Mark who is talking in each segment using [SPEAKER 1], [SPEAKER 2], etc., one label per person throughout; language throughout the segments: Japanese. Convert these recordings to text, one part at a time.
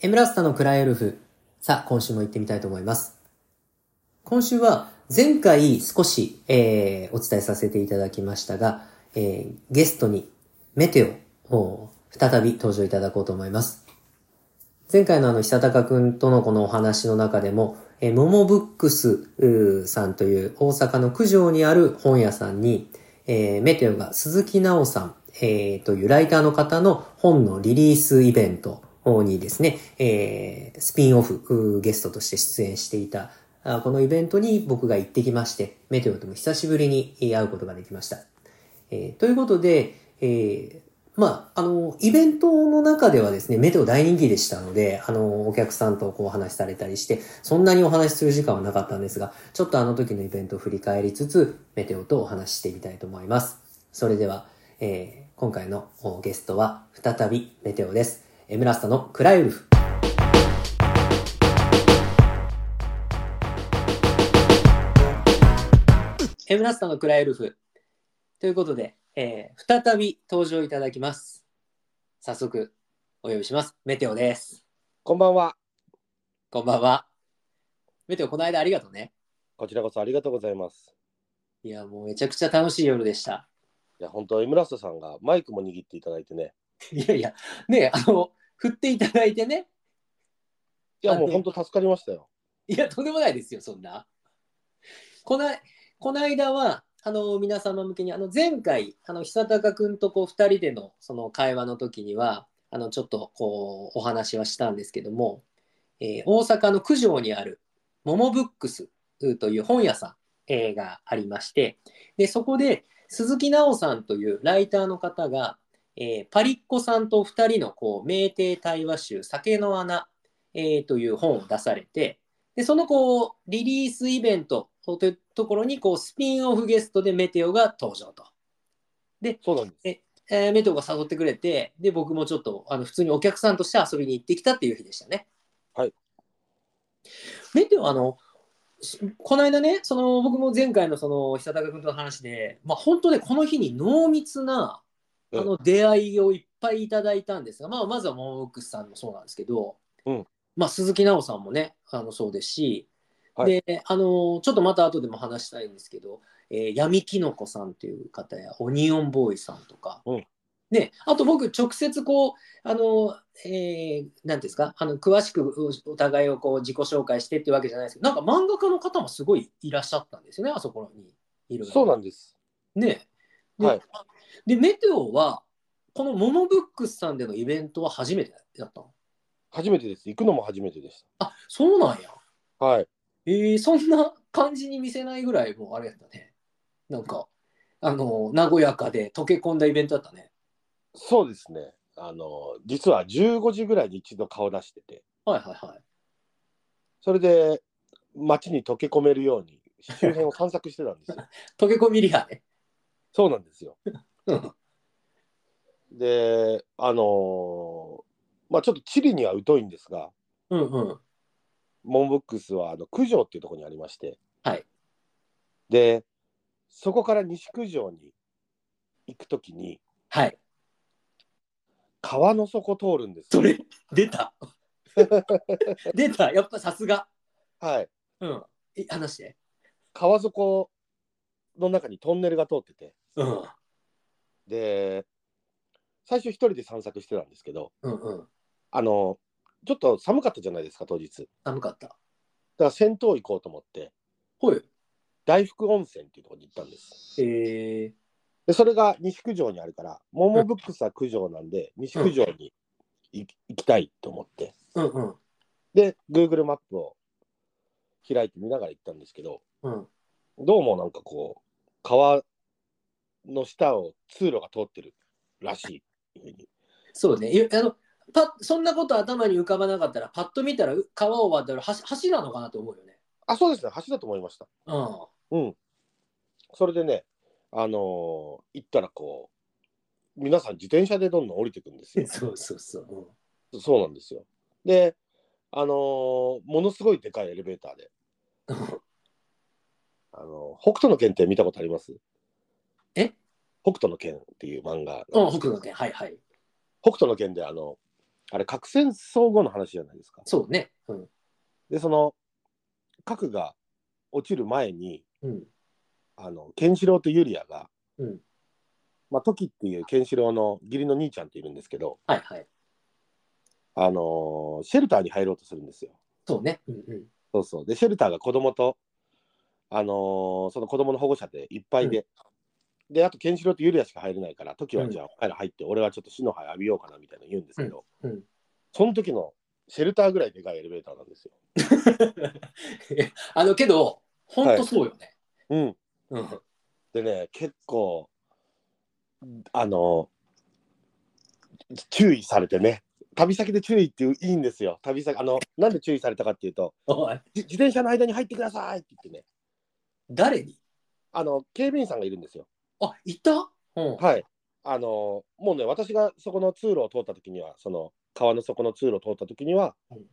[SPEAKER 1] エムラスタのクライオルフ。さあ、今週も行ってみたいと思います。今週は、前回少し、えー、お伝えさせていただきましたが、えー、ゲストに、メテオを再び登場いただこうと思います。前回のあの、久高くんとのこのお話の中でも、えー、モモブックスうーさんという大阪の九条にある本屋さんに、えー、メテオが鈴木直さん、えー、というライターの方の本のリリースイベントにですね、えー、スピンオフうーゲストとして出演していた、あこのイベントに僕が行ってきまして、メテオとも久しぶりにえー会うことができました。えーということで、えーまあ、あの、イベントの中ではですね、メテオ大人気でしたので、あの、お客さんとこうお話しされたりして、そんなにお話しする時間はなかったんですが、ちょっとあの時のイベントを振り返りつつ、メテオとお話ししてみたいと思います。それでは、えー今回のおゲストは、再びメテオです。エムラスタのクライウルフ。エムラスタのクライウルフ。ということで、えー再び登場いただきます。早速、お呼びします。メテオです。
[SPEAKER 2] こんばんは。
[SPEAKER 1] こんばんは。メテオ、この間ありがとうね。
[SPEAKER 2] こちらこそありがとうございます。
[SPEAKER 1] いや、もうめちゃくちゃ楽しい夜でした。
[SPEAKER 2] いや、本当、エムラストさんがマイクも握っていただいてね。
[SPEAKER 1] いやいや、ねえ、あの、振っていただいてね。
[SPEAKER 2] いや、
[SPEAKER 1] あ
[SPEAKER 2] もう
[SPEAKER 1] ね
[SPEAKER 2] 本当助かりましたよ。
[SPEAKER 1] いや、とんでもないですよ、そんな。こない、この間は、あの、皆様向けに、あの、前回、あの、久高くんとこう、二人での、その会話の時には、あの、ちょっと、こう、お話はしたんですけども、えー大阪の九条にある、モモブックスという本屋さん、えーがありまして、で、そこで、鈴木奈緒さんというライターの方が、えーパリッコさんと二人の、こう、名亭対話集、酒の穴、えーという本を出されて、で、そのこう、リリースイベントというところに、こう、スピンオフゲストでメテオが登場と。
[SPEAKER 2] そうなんです。
[SPEAKER 1] えーメテオが誘ってくれて、で、僕もちょっと、あの、普通にお客さんとして遊びに行ってきたっていう日でしたね。
[SPEAKER 2] はい。
[SPEAKER 1] メテオ、あの、しこの間ね、その、僕も前回のその、久高君との話で、まあ、本当ね、この日に濃密な、あの、出会いをいっぱいいただいたんですが、まあ、まずはモモブックスさんもそうなんですけど、
[SPEAKER 2] うん
[SPEAKER 1] まあ、鈴木奈緒さんもね、あの、そうですし、
[SPEAKER 2] はい
[SPEAKER 1] で、あの、ちょっとまた後でも話したいんですけど、えー、闇きのこさんという方やオニオンボーイさんとか、
[SPEAKER 2] うん
[SPEAKER 1] ね、あと僕直接こうあの、えー、なんていうんですかあの詳しくおお互いをこう自己紹介してっていうわけじゃないですけどなんか漫画家の方もすごいいらっしゃったんですよねあそこにいる
[SPEAKER 2] そうなんです。
[SPEAKER 1] ねで,、
[SPEAKER 2] はい
[SPEAKER 1] でメテオはこのモモブックスさんでのイベントは初めてだったの
[SPEAKER 2] 初めてです。行くのも初めてでし
[SPEAKER 1] あそうなんや
[SPEAKER 2] た。はい。
[SPEAKER 1] えー、そんな感じに見せないぐらいもうあれやったねなんかあの和やかで溶け込んだイベントだったね
[SPEAKER 2] そうですね。あの、実は15時ぐらいに一度顔出してて、
[SPEAKER 1] はいはいはい
[SPEAKER 2] それで街に溶け込めるように周辺を散策してたんですよ。
[SPEAKER 1] 溶け込みリハね
[SPEAKER 2] そうなんですよ。
[SPEAKER 1] うん
[SPEAKER 2] で、あのーまあちょっと地理には疎いんですが、
[SPEAKER 1] うんうん
[SPEAKER 2] モンブックスはあの九条っていうところにありまして、
[SPEAKER 1] はい
[SPEAKER 2] でそこから西九条に行くときに
[SPEAKER 1] はい
[SPEAKER 2] 川の底通るんです
[SPEAKER 1] それ出た 出たやっぱさすが
[SPEAKER 2] はい
[SPEAKER 1] うんえ話して
[SPEAKER 2] 川底の中にトンネルが通ってて
[SPEAKER 1] うん
[SPEAKER 2] で最初一人で散策してたんですけど
[SPEAKER 1] うんうん
[SPEAKER 2] あのちょっと寒かったじゃないですか当日だ
[SPEAKER 1] 寒かった
[SPEAKER 2] から銭湯行こうと思って
[SPEAKER 1] ほい
[SPEAKER 2] 大福温泉っていうところに行ったんです
[SPEAKER 1] えー、
[SPEAKER 2] でそれが西九条にあるからモモブックスは九条なんで西九条に行き行きたいと思って
[SPEAKER 1] うんうん
[SPEAKER 2] で、Google マップを開いて見ながら行ったんですけど、
[SPEAKER 1] うん
[SPEAKER 2] どうもなんかこう、川の下を通路が通ってるらしいっていうふうに。
[SPEAKER 1] そうねいあのパそんなこと頭に浮かばなかったらパッと見たらう川を渡る橋橋なのかなと思うよね
[SPEAKER 2] あ、そうですね、橋だと思いました。
[SPEAKER 1] うんは。
[SPEAKER 2] うん。それでね、あのー行ったらこう、皆さん自転車でどんどん降りてくんです よ
[SPEAKER 1] そうそうそう、
[SPEAKER 2] そうなんですよ。で、あのーものすごいでかいエレベーターで、
[SPEAKER 1] うん、
[SPEAKER 2] あのー北斗の剣って見たことあります
[SPEAKER 1] え
[SPEAKER 2] 北斗の剣っていう漫画なんですけど
[SPEAKER 1] うん北斗の拳はいはい
[SPEAKER 2] 北斗の拳であのあれ、核戦争後の話じゃないですか。
[SPEAKER 1] そうね。うん。
[SPEAKER 2] で、その、核が落ちる前に、
[SPEAKER 1] うん。
[SPEAKER 2] あの、ケンシロウとユリアが、
[SPEAKER 1] うん
[SPEAKER 2] まあ、トキっていうケンシロウの義理の兄ちゃんっているんですけど、
[SPEAKER 1] はいはい。
[SPEAKER 2] あのーシェルターに入ろうとするんですよ。
[SPEAKER 1] そうね。うんうん。
[SPEAKER 2] そうそう。で、シェルターが子供と、あのーその子供の保護者でいっぱいで、で、あと、ケンシロウとユリアしか入れないから、トキはじゃあ、お前ら入って、俺はちょっと死の灰浴びようかなみたいなの言うんですけど、
[SPEAKER 1] うん。
[SPEAKER 2] その時のシェルターぐらいでかいエレベーターなんですよ。
[SPEAKER 1] あの、けど、ほんとそうよね。
[SPEAKER 2] うん。
[SPEAKER 1] うん。
[SPEAKER 2] でね、結構、あのー注意されてね、旅先で注意っていういいんですよ。旅先、あの、なんで注意されたかっていうと、
[SPEAKER 1] おい、
[SPEAKER 2] じ自転車の間に入ってくださいって言ってね、
[SPEAKER 1] 誰に
[SPEAKER 2] あの、警備員さんがいるんですよ。
[SPEAKER 1] あ、いたうん。
[SPEAKER 2] はい。あのもうね、私がそこの通路を通った時には、その川の底の通路を通った時には、
[SPEAKER 1] うん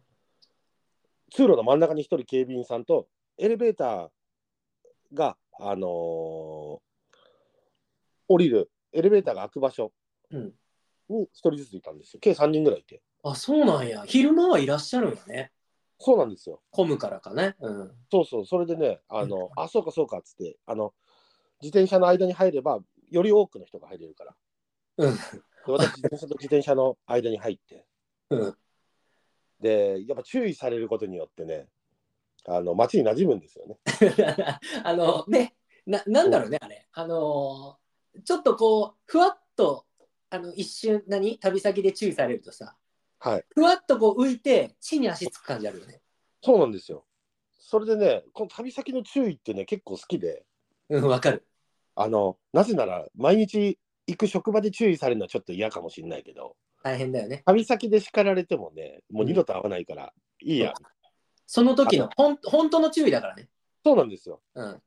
[SPEAKER 2] 通路の真ん中に一人警備員さんと、エレベーターが、あのー降りる、エレベーターが開く場所
[SPEAKER 1] うん。
[SPEAKER 2] に一人ずついたんですよ。計3人ぐらいいて。
[SPEAKER 1] あ、そうなんや。昼間はいらっしゃるんやね。
[SPEAKER 2] そうなんですよ。
[SPEAKER 1] 混むからかね。うん。
[SPEAKER 2] そうそう、それでね、あの、
[SPEAKER 1] うん
[SPEAKER 2] あ、そうかそうかっつって、あの、自転車の間に入れば、より多くの人が入れるから。
[SPEAKER 1] うん
[SPEAKER 2] で私、自転車と自転車の間に入って。
[SPEAKER 1] うん。
[SPEAKER 2] でやっぱ注意されることによってねあの街に馴染むんですよね。
[SPEAKER 1] あの、ね、な、なんだろうね、あれ。あのーちょっとこう、ふわっと、あの、一瞬、何旅先で注意されるとさ、
[SPEAKER 2] はい、
[SPEAKER 1] ふわっとこう浮いて、地に足つく感じあるよね。
[SPEAKER 2] そうなんですよ。それでねこの旅先の注意ってね結構好きで
[SPEAKER 1] うん、わかる。
[SPEAKER 2] あのなぜなら毎日行く職場で注意されるのはちょっと嫌かもしれないけど
[SPEAKER 1] 大変だよね。
[SPEAKER 2] 旅先で叱られてもねもう二度と会わないから、いいや
[SPEAKER 1] その時の、ほん、本当の注意だからね。
[SPEAKER 2] そうなんですよ。
[SPEAKER 1] うん。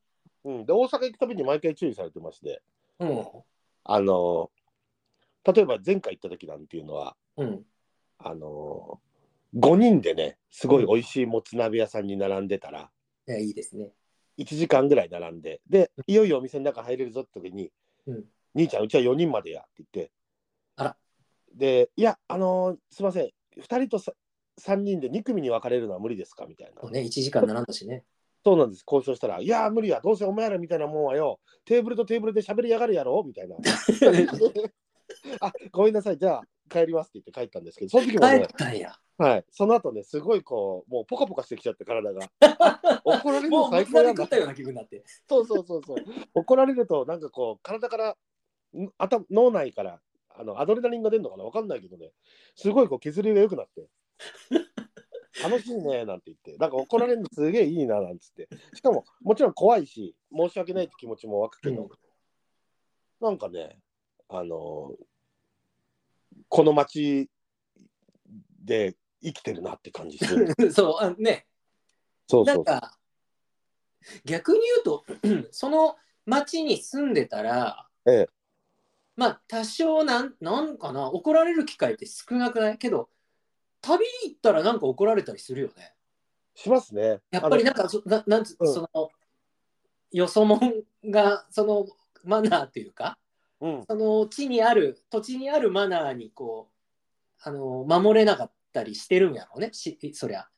[SPEAKER 2] うん、で大阪行くたびに毎回注意されてまして
[SPEAKER 1] うん。
[SPEAKER 2] あの例えば前回行った時なんていうのは
[SPEAKER 1] うん。
[SPEAKER 2] あの5人でねすごい美味しいもつ鍋屋さんに並んでたら。
[SPEAKER 1] いやいいですね。
[SPEAKER 2] 1時間ぐらい並んで、で、いよいよお店の中入れるぞって時に、
[SPEAKER 1] うん
[SPEAKER 2] 兄ちゃん、うちは4人までやって言って、
[SPEAKER 1] あら
[SPEAKER 2] で、いや、あのーすいません、2人と3人で2組に分かれるのは無理ですかみたいな
[SPEAKER 1] もう。ね、1時間並んだ しね。
[SPEAKER 2] そうなんです、交渉したら、いやー、無理や、どうせお前らみたいなもんはよ、テーブルとテーブルで喋りやがるやろみた いな。あごめんなさい、じゃあ帰りますって言って帰ったんですけど、その時も
[SPEAKER 1] 帰
[SPEAKER 2] ね
[SPEAKER 1] っ、たんや。
[SPEAKER 2] はい、その後ね、すごいこう、もうポカポカしてきちゃって、体 が。怒られる
[SPEAKER 1] もう、
[SPEAKER 2] の
[SPEAKER 1] も
[SPEAKER 2] 最
[SPEAKER 1] つ
[SPEAKER 2] 高
[SPEAKER 1] 鍋
[SPEAKER 2] や
[SPEAKER 1] 食
[SPEAKER 2] な
[SPEAKER 1] っ。たような気分になって。
[SPEAKER 2] そうそうそうそう。 怒られると、なんかこう、体から、ん頭脳内から、あのアドレナリンが出るのかなわかんないけどね、すごいこう削りが良くなって、楽しいねなんて言って、なんか怒られるのすげえいいななんつって、しかも、もちろん怖いし、申し訳ないって気持ちも湧くけど、なんかね、あのこの街で生きてるなって感じ する。
[SPEAKER 1] そう、あね、
[SPEAKER 2] そう
[SPEAKER 1] な。
[SPEAKER 2] そうん
[SPEAKER 1] か、逆に言うと、 その町に住んでたら、
[SPEAKER 2] ええ
[SPEAKER 1] まあ、多少なん、なんかな、怒られる機会って少なくないけど、旅行ったらなんか怒られたりするよね。
[SPEAKER 2] しますね。
[SPEAKER 1] やっぱり
[SPEAKER 2] あ
[SPEAKER 1] なんか、そななんつ、
[SPEAKER 2] うん
[SPEAKER 1] その、よそもんが、その、マナーというか、
[SPEAKER 2] のうん、
[SPEAKER 1] その地にある、土地にあるマナーに、こう、あの、守れなかったりしてるんやろうね、しそりゃ。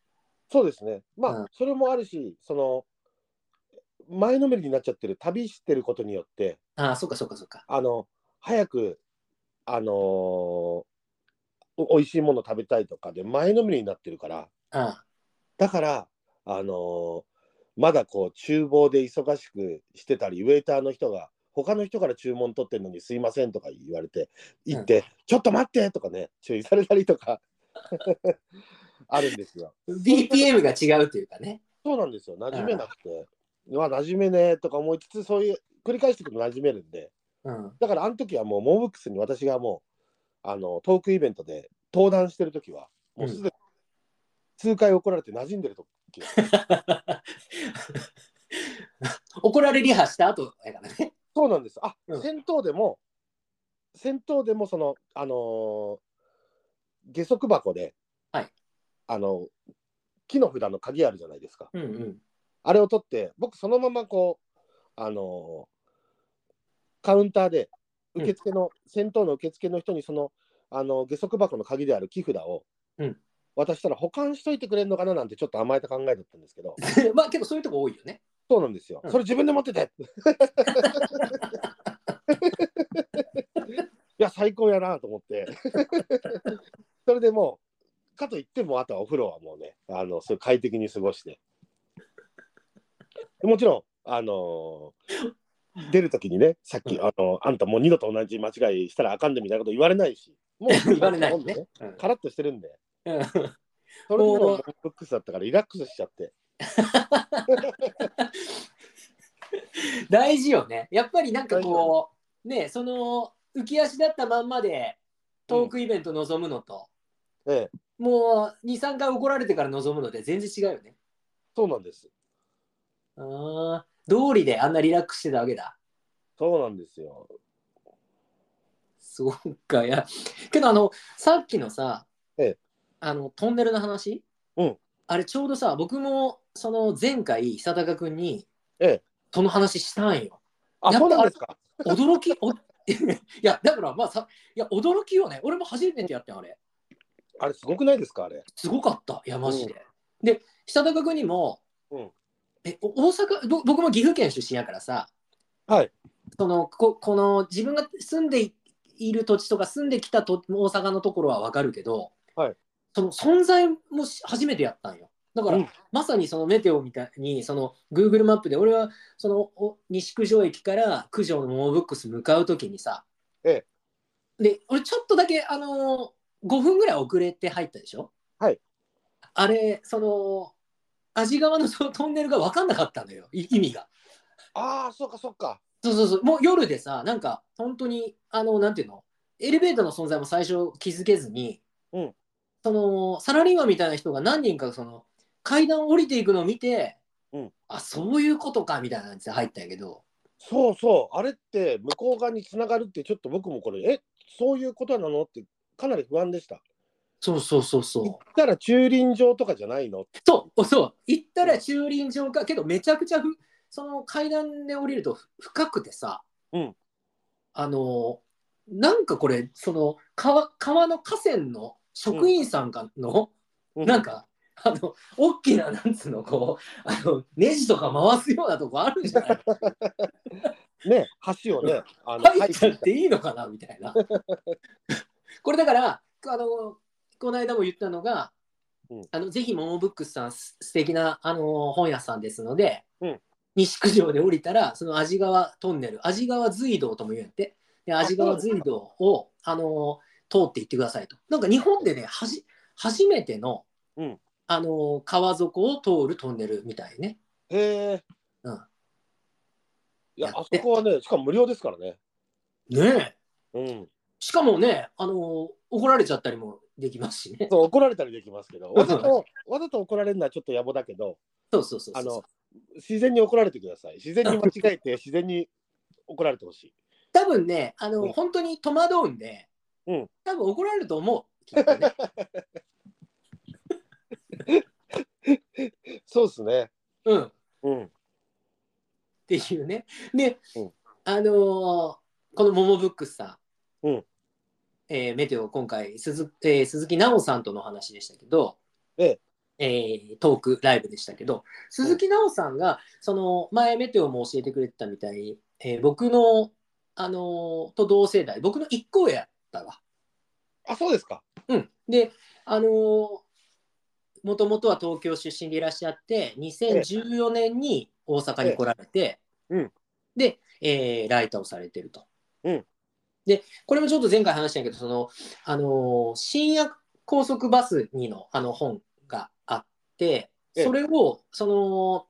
[SPEAKER 2] そうですね。まあ、
[SPEAKER 1] うん
[SPEAKER 2] それもあるし、その、前のめりになっちゃってる、旅してることによって、
[SPEAKER 1] ああ、そうかそうかそうか。
[SPEAKER 2] あの、早く、あのーお美味しいもの食べたいとかで、前のめりになってるから、
[SPEAKER 1] あ
[SPEAKER 2] だから、あのーまだこう、厨房で忙しくしてたり、ウェイターの人が、他の人から注文取ってるのにすいませんとか言われて、行って、ちょっと待ってとかね、注意されたりとか、 あるんですよ。
[SPEAKER 1] あ BPM が違うというかね。
[SPEAKER 2] そうなんですよ、馴染めなくて、うわ、馴染めねえとか思いつつ、そういう、繰り返していくと馴染めるんで、
[SPEAKER 1] うん。
[SPEAKER 2] だからあの時はもう、モーブックスに私がもう、あのトークイベントで登壇してる時は、もうすでに数回怒られて馴染んでると、
[SPEAKER 1] 怒られリハした後だからね。
[SPEAKER 2] そうなんです、あ、
[SPEAKER 1] うん
[SPEAKER 2] 戦闘でも、戦闘でも、その、あのー下足箱で、
[SPEAKER 1] はい
[SPEAKER 2] あの、木の札の鍵あるじゃないですか。
[SPEAKER 1] うんうん。
[SPEAKER 2] あれを取って、僕そのままこう、あのーカウンターで、受付の、先頭の受付の人にそのあの下足箱の鍵である木札を
[SPEAKER 1] うん
[SPEAKER 2] 渡したら保管しといてくれるのかななんてちょっと甘えた考えだったんですけど
[SPEAKER 1] まあ結構そういうとこ多いよね。
[SPEAKER 2] そうなんですよ、
[SPEAKER 1] うん
[SPEAKER 2] それ自分で持っ てていや最高やなと思ってそれでもうかといってもあとはお風呂はもうねあのそれ快適に過ごしてもちろんあのー出るときにねさっき、
[SPEAKER 1] う
[SPEAKER 2] あのあんたもう二度と同じ間違いしたらあかんでみたいなこと言われないし もう
[SPEAKER 1] 言われないしね。うん
[SPEAKER 2] カラッとしてるんで
[SPEAKER 1] うん
[SPEAKER 2] それでも
[SPEAKER 1] もう
[SPEAKER 2] うブックスだったからリラックスしちゃって
[SPEAKER 1] 大事よね。やっぱりなんかこう、ね、その浮き足だったまんまでトークイベント望むのと、
[SPEAKER 2] ええ
[SPEAKER 1] もう2、3回怒られてから望むので全然違うよね。
[SPEAKER 2] そうなんです
[SPEAKER 1] あー道理であんなリラックスしてたわけだ。
[SPEAKER 2] そうなんですよ
[SPEAKER 1] そうか、いや。けどあの、さっきのさ、
[SPEAKER 2] ええ
[SPEAKER 1] あの、トンネルの話、
[SPEAKER 2] うん
[SPEAKER 1] あれちょうどさ、僕もその前回、久高君に、
[SPEAKER 2] ええ
[SPEAKER 1] その話したんよ。
[SPEAKER 2] あ
[SPEAKER 1] やっぱ
[SPEAKER 2] そうなんですか
[SPEAKER 1] 驚きお いやだからまあさいや驚きよね俺も初めてやってんあれ
[SPEAKER 2] あれすごくないですかあれ。
[SPEAKER 1] すごかったいやマジで、で久高君にも、
[SPEAKER 2] うん
[SPEAKER 1] えお大阪ぼ僕も岐阜県出身やからさ
[SPEAKER 2] はい
[SPEAKER 1] そのここの自分が住んでいいる土地とか住んできたと大阪のところは分かるけど、
[SPEAKER 2] はい
[SPEAKER 1] その存在もし初めてやったんよだから、
[SPEAKER 2] うん
[SPEAKER 1] まさにそのメテオみたいにその Google マップで俺はそのお西九条駅から九条のモモブックス向かうときにさ、
[SPEAKER 2] え
[SPEAKER 1] で俺ちょっとだけあのー、5分ぐらい遅れて入ったでしょ
[SPEAKER 2] はい
[SPEAKER 1] あれその味側のそのトンネルが分かんなかったのよい意味が
[SPEAKER 2] ああ、そうかそうか。
[SPEAKER 1] そうそうそうもう夜でさなんか本当にあのなんていうのエレベーターの存在も最初気づけずに、
[SPEAKER 2] うん
[SPEAKER 1] そのサラリーマンみたいな人が何人かその階段を降りていくのを見て、
[SPEAKER 2] うん
[SPEAKER 1] あそういうことかみたいな感じで入ったんやけど
[SPEAKER 2] そうそう。あれって向こう側に繋がるってちょっと僕もこれ、えそういうことなのってかなり不安でした。
[SPEAKER 1] そうそうそうそう
[SPEAKER 2] 行ったら駐輪場とかじゃないの
[SPEAKER 1] そうそう行ったら駐輪場かけどめちゃくちゃふその階段で降りるとふ深くてさ、
[SPEAKER 2] うん
[SPEAKER 1] あのなんかこれその川川の河川の職員さんかの、
[SPEAKER 2] う
[SPEAKER 1] なんかあの大きななんつうのこうあのネジとか回すようなとこあるんじゃない
[SPEAKER 2] ね、橋をね、あの
[SPEAKER 1] 入っちゃっていいのかなみた いなこれだからあのこの間も言ったのが、
[SPEAKER 2] うん
[SPEAKER 1] あのぜひモモブックスさんす素敵なあの本屋さんですので、
[SPEAKER 2] うん
[SPEAKER 1] 西九条で降りたらその味川トンネル味川隧道とも言うんやってで味川隧道をあの通っていってくださいとなんか日本でねはじ初めての、
[SPEAKER 2] うん
[SPEAKER 1] あの川底を通るトンネルみたいね
[SPEAKER 2] へえ。
[SPEAKER 1] うん
[SPEAKER 2] いや、あそこはね、しかも無料ですからね。
[SPEAKER 1] ねえ
[SPEAKER 2] うん。
[SPEAKER 1] しかもねあの怒られちゃったりもできますしね
[SPEAKER 2] そう怒られたりできますけど、わざと、わざと怒られるのはちょっと野暮だけど、
[SPEAKER 1] そうそうそうそう
[SPEAKER 2] あの、自然に怒られてください。自然に間違えて、自然に怒られてほしい。
[SPEAKER 1] 多分ねあの、
[SPEAKER 2] うん
[SPEAKER 1] 本当に戸惑うんで、
[SPEAKER 2] うん
[SPEAKER 1] 多分怒られると思うきっと ね
[SPEAKER 2] そうですね。
[SPEAKER 1] うんっ
[SPEAKER 2] うん。
[SPEAKER 1] ていうねで、
[SPEAKER 2] うん
[SPEAKER 1] あのーこの「モモブックスさん」
[SPEAKER 2] うん
[SPEAKER 1] えーメテオ今回鈴,、えー鈴木奈緒さんとの話でしたけど、
[SPEAKER 2] え
[SPEAKER 1] えートークライブでしたけど鈴木奈緒さんがその前メテオも教えてくれてたみたいに、えー僕の、あのーと同世代僕の一個上やったわ。
[SPEAKER 2] あ、そうですか。
[SPEAKER 1] うん、であのもともとは東京出身でいらっしゃって2014年に大阪に来られて、
[SPEAKER 2] ええうん
[SPEAKER 1] で、えーライターをされてると。
[SPEAKER 2] うん
[SPEAKER 1] でこれもちょっと前回話したけどその、あのー深夜高速バスにのあの本があって
[SPEAKER 2] ええ
[SPEAKER 1] それをその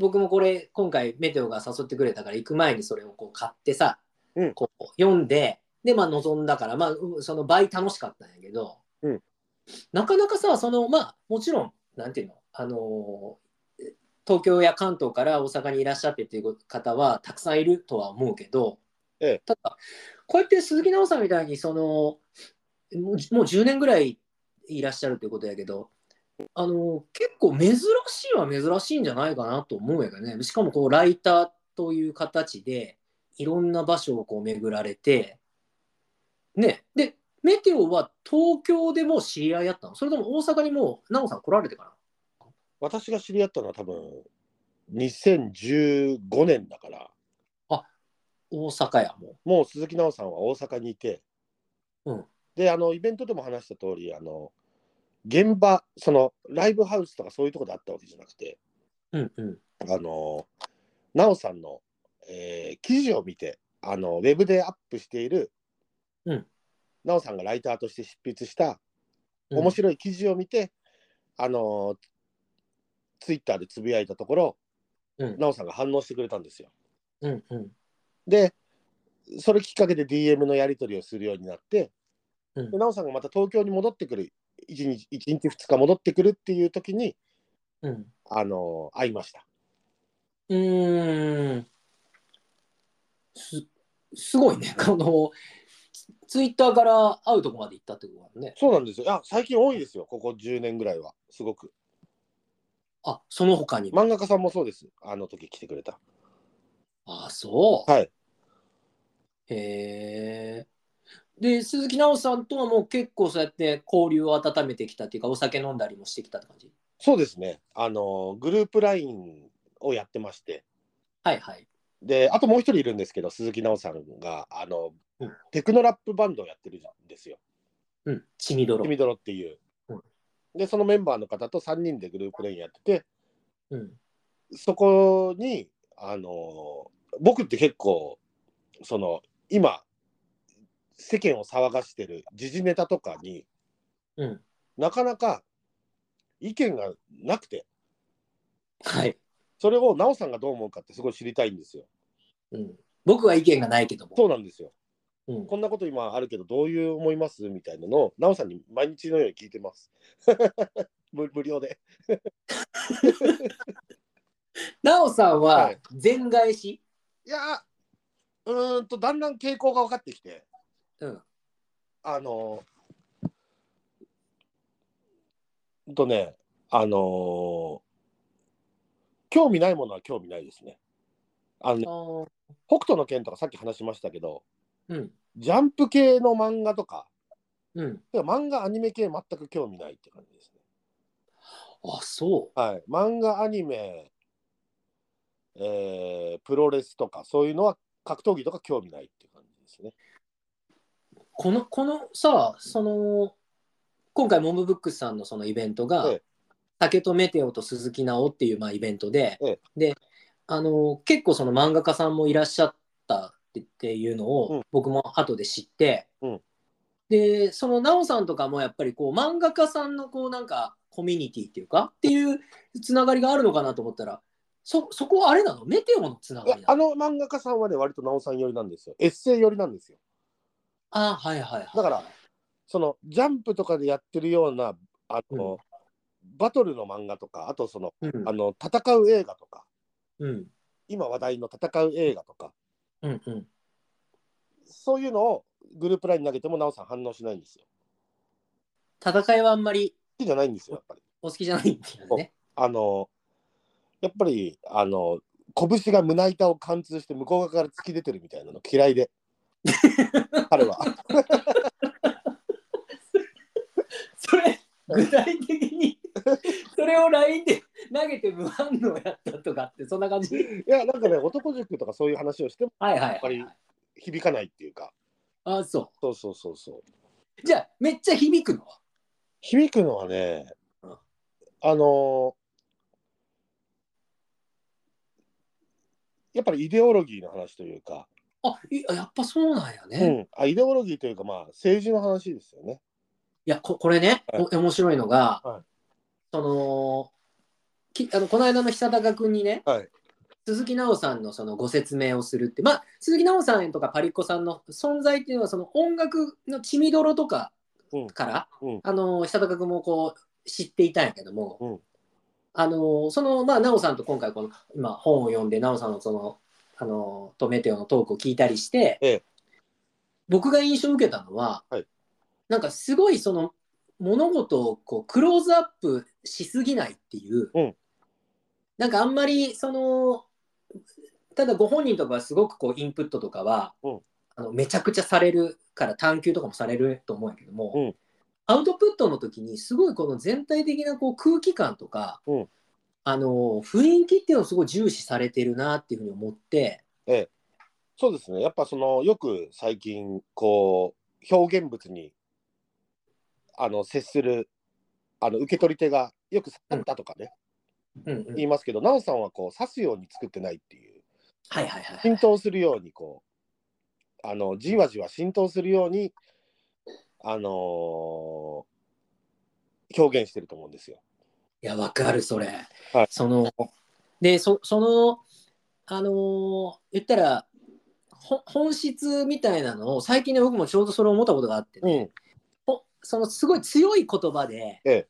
[SPEAKER 1] 僕もこれ今回メテオが誘ってくれたから行く前にそれをこう買ってさ、
[SPEAKER 2] うん
[SPEAKER 1] こう読んででまあ望んだから、まあ、うその倍楽しかったんやけど、
[SPEAKER 2] うん
[SPEAKER 1] なかなかさそのまあもちろんなんていうのあのー東京や関東から大阪にいらっしゃってっていう方はたくさんいるとは思うけど、
[SPEAKER 2] ええ
[SPEAKER 1] ただこうやって鈴木奈緒さんみたいにそのもうもう10年ぐらいいらっしゃるということやけどあの結構珍しいは珍しいんじゃないかなと思うんやけどねしかもこうライターという形でいろんな場所をこう巡られてねでメテオは東京でもう知り合いやったのそれとも大阪にもう、ナオさん来られてから
[SPEAKER 2] 私が知り合ったのは多分2015年だから
[SPEAKER 1] 大阪や、もう。
[SPEAKER 2] もう鈴木奈緒さんは大阪にいて、
[SPEAKER 1] うん
[SPEAKER 2] であのイベントでも話した通りあの現場そのライブハウスとかそういうとこであったわけじゃなくて
[SPEAKER 1] うんうん。
[SPEAKER 2] あの奈緒さんの、えー記事を見てあのウェブでアップしている、
[SPEAKER 1] うん
[SPEAKER 2] 奈緒さんがライターとして執筆した
[SPEAKER 1] うん
[SPEAKER 2] 面白い記事を見て、あのツイッターでつぶやいたところ、
[SPEAKER 1] うん
[SPEAKER 2] 奈緒さんが反応してくれたんですよ。
[SPEAKER 1] うんうん。
[SPEAKER 2] でそれきっかけで DM のやり取りをするようになって、
[SPEAKER 1] うん
[SPEAKER 2] で奈緒さんがまた東京に戻ってくる1日 ,1 日2日戻ってくるっていう時に、
[SPEAKER 1] うん。
[SPEAKER 2] あの会いました
[SPEAKER 1] うーん。す、すごいね。 この、ツイッターから会うとこまで行ったってことだもんね。
[SPEAKER 2] そうなんですよあ最近多いですよここ10年ぐらいはすごく
[SPEAKER 1] あ、その他にも。
[SPEAKER 2] 漫画家さんもそうですあの時来てくれた
[SPEAKER 1] あ、そう。
[SPEAKER 2] はい
[SPEAKER 1] へえ。で、鈴木奈緒さんとはもう結構そうやって交流を温めてきたっていうか、お酒飲んだりもしてきたって感じ。
[SPEAKER 2] そうですねあのグループ LINE をやってまして
[SPEAKER 1] はいはい。
[SPEAKER 2] であともう一人いるんですけど鈴木奈緒さんがあの、
[SPEAKER 1] うん
[SPEAKER 2] テクノラップバンドをやってるんですよ
[SPEAKER 1] うん。血みどろ。
[SPEAKER 2] 君ドロっていう、
[SPEAKER 1] うん
[SPEAKER 2] でそのメンバーの方と3人でグループレインやってて
[SPEAKER 1] うん。
[SPEAKER 2] そこにあのー僕って結構その今世間を騒がしてる時事ネタとかに
[SPEAKER 1] うん。
[SPEAKER 2] なかなか意見がなくて
[SPEAKER 1] はい。
[SPEAKER 2] それを奈緒さんがどう思うかってすごい知りたいんですよ
[SPEAKER 1] うん。僕は意見がないけども。
[SPEAKER 2] そうなんですよ
[SPEAKER 1] うん。
[SPEAKER 2] こんなこと今あるけどどういう思いますみたいなのを奈緒さんに毎日のように聞いてます 無無料で
[SPEAKER 1] 奈緒さん
[SPEAKER 2] は
[SPEAKER 1] はい全返し。
[SPEAKER 2] いやーうーんとだんだん傾向が分かってきて
[SPEAKER 1] うん。
[SPEAKER 2] あのほんとねあの興味ないものは興味ないですねあのね
[SPEAKER 1] あー
[SPEAKER 2] 北斗の拳とかさっき話しましたけど
[SPEAKER 1] うん。
[SPEAKER 2] ジャンプ系の漫画とか
[SPEAKER 1] うん。
[SPEAKER 2] てか漫画アニメ系全く興味ないって感じですね
[SPEAKER 1] あ、そ
[SPEAKER 2] はい漫画アニメえープロレスとかそういうのは格闘技とか興味ないって感じですね
[SPEAKER 1] う。この、このさ、その、今回、モムブックスさんのそのイベントが、
[SPEAKER 2] ええ
[SPEAKER 1] 竹とメテオと鈴木直っていうまあイベントで、
[SPEAKER 2] ええ
[SPEAKER 1] で、あの、結構その漫画家さんもいらっしゃったってっていうの
[SPEAKER 2] うん
[SPEAKER 1] を、僕も後で知って、
[SPEAKER 2] うん
[SPEAKER 1] で、その奈緒さんとかもやっぱりこう、漫画家さんのこう、なんか、コミュニティっていうか、っていうつながりがあるのかなと思ったら、そ、そこはあれなのメテオのつないが
[SPEAKER 2] や
[SPEAKER 1] りな
[SPEAKER 2] あ
[SPEAKER 1] の
[SPEAKER 2] の漫画家さんはね割となおさん寄りなんですよエッセイ寄りなんですよ
[SPEAKER 1] あはいはいはい。
[SPEAKER 2] だからそのジャンプとかでやってるようなあの、バトルの漫画とかあとその
[SPEAKER 1] うん、
[SPEAKER 2] あの戦う映画とか
[SPEAKER 1] うん、
[SPEAKER 2] 今話題の戦う映画とか
[SPEAKER 1] うん、うん。
[SPEAKER 2] そういうのをグループラインに投げてもなおさん反応しないんですよ。
[SPEAKER 1] 戦いはあんまり
[SPEAKER 2] 好きじゃないんですよやっぱり。
[SPEAKER 1] お好きじゃないんだよね。
[SPEAKER 2] あのやっぱりあの拳が胸板を貫通して向こう側から突き出てるみたいなの嫌いで彼 は。
[SPEAKER 1] それ具体的 にそれを LINE で投げて無反応やったとかってそんな感じはい
[SPEAKER 2] いやなんかね男塾とかそういう話をしても
[SPEAKER 1] はいは
[SPEAKER 2] やっぱ
[SPEAKER 1] い、
[SPEAKER 2] り響かないっていうか
[SPEAKER 1] あそ
[SPEAKER 2] そうそうそうそう。
[SPEAKER 1] うじゃあめっちゃ響くの
[SPEAKER 2] 響くのはね、
[SPEAKER 1] うん
[SPEAKER 2] あのーやっぱりイデオロギーの話というか、
[SPEAKER 1] あいやっぱそうなんやね、
[SPEAKER 2] う
[SPEAKER 1] い
[SPEAKER 2] ん、あイデオロギーというか、まあ、政治の話ですよね。
[SPEAKER 1] やここれね、
[SPEAKER 2] はい
[SPEAKER 1] お面白いのが、
[SPEAKER 2] はい
[SPEAKER 1] そのきあのこの間の久高君にね、
[SPEAKER 2] はい
[SPEAKER 1] 鈴木奈緒さんのそのご説明をするってまあ鈴木奈緒さんとかパリッコさんの存在っていうのはその音楽の血みどろとか
[SPEAKER 2] うん
[SPEAKER 1] から、
[SPEAKER 2] うん
[SPEAKER 1] あの久高君もこう知っていたんやけども、
[SPEAKER 2] うん
[SPEAKER 1] あのそのまあ奈緒さんと今回この今本を読んで奈緒さんのそのあのとメテオのトークを聞いたりして、
[SPEAKER 2] ええ
[SPEAKER 1] 僕が印象を受けたのは、
[SPEAKER 2] はい
[SPEAKER 1] なんかすごいその物事をこうクローズアップしすぎないっていう、
[SPEAKER 2] うん
[SPEAKER 1] なんかあんまりそのただご本人とかはすごくこうインプットとかは、
[SPEAKER 2] うん
[SPEAKER 1] あのめちゃくちゃされるから探求とかもされると思うんやけども、
[SPEAKER 2] うん
[SPEAKER 1] アウトプットの時にすごいこの全体的なこう空気感とか、
[SPEAKER 2] うん
[SPEAKER 1] あの雰囲気っていうのをすごい重視されてるなっていうふうに思って、
[SPEAKER 2] そうですね。やっぱそのよく最近こう表現物にあの接するあの受け取り手がよく刺ったとかね、
[SPEAKER 1] うんうん、はい
[SPEAKER 2] 言いますけど、奈緒さんはこう刺すように作ってないっていう
[SPEAKER 1] はいはい、
[SPEAKER 2] 浸透するようにこうあのじわじわ浸透するようにあのー表現してると思うんですよ。
[SPEAKER 1] いや、わかる、それ。
[SPEAKER 2] はい
[SPEAKER 1] その、で、そその、あのー言ったら、ほ本質みたいなのを、最近ね、僕もちょうどそれを思ったことがあってね、
[SPEAKER 2] うん、
[SPEAKER 1] ほそのすごい強い言葉で、
[SPEAKER 2] ええ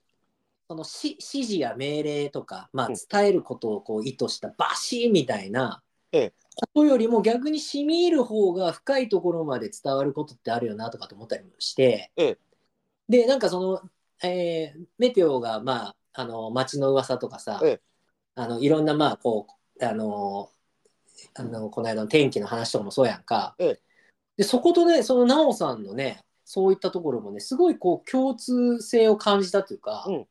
[SPEAKER 1] そのし指示や命令とか、まあ、
[SPEAKER 2] うん
[SPEAKER 1] 伝えることをこう意図したバシーみたいな
[SPEAKER 2] ええ
[SPEAKER 1] ことよりも逆に染み入る方が深いところまで伝わることってあるよなとかと思ったりもして、
[SPEAKER 2] ええ
[SPEAKER 1] でなんかその、えーメテオが、まあ、あの街の噂とかさ、
[SPEAKER 2] ええ
[SPEAKER 1] あのいろんなまあこうあのあのこの間の天気の話とかもそうやんか、
[SPEAKER 2] ええ
[SPEAKER 1] でそことねその奈緒さんのねそういったところもねすごいこう共通性を感じたというか、うん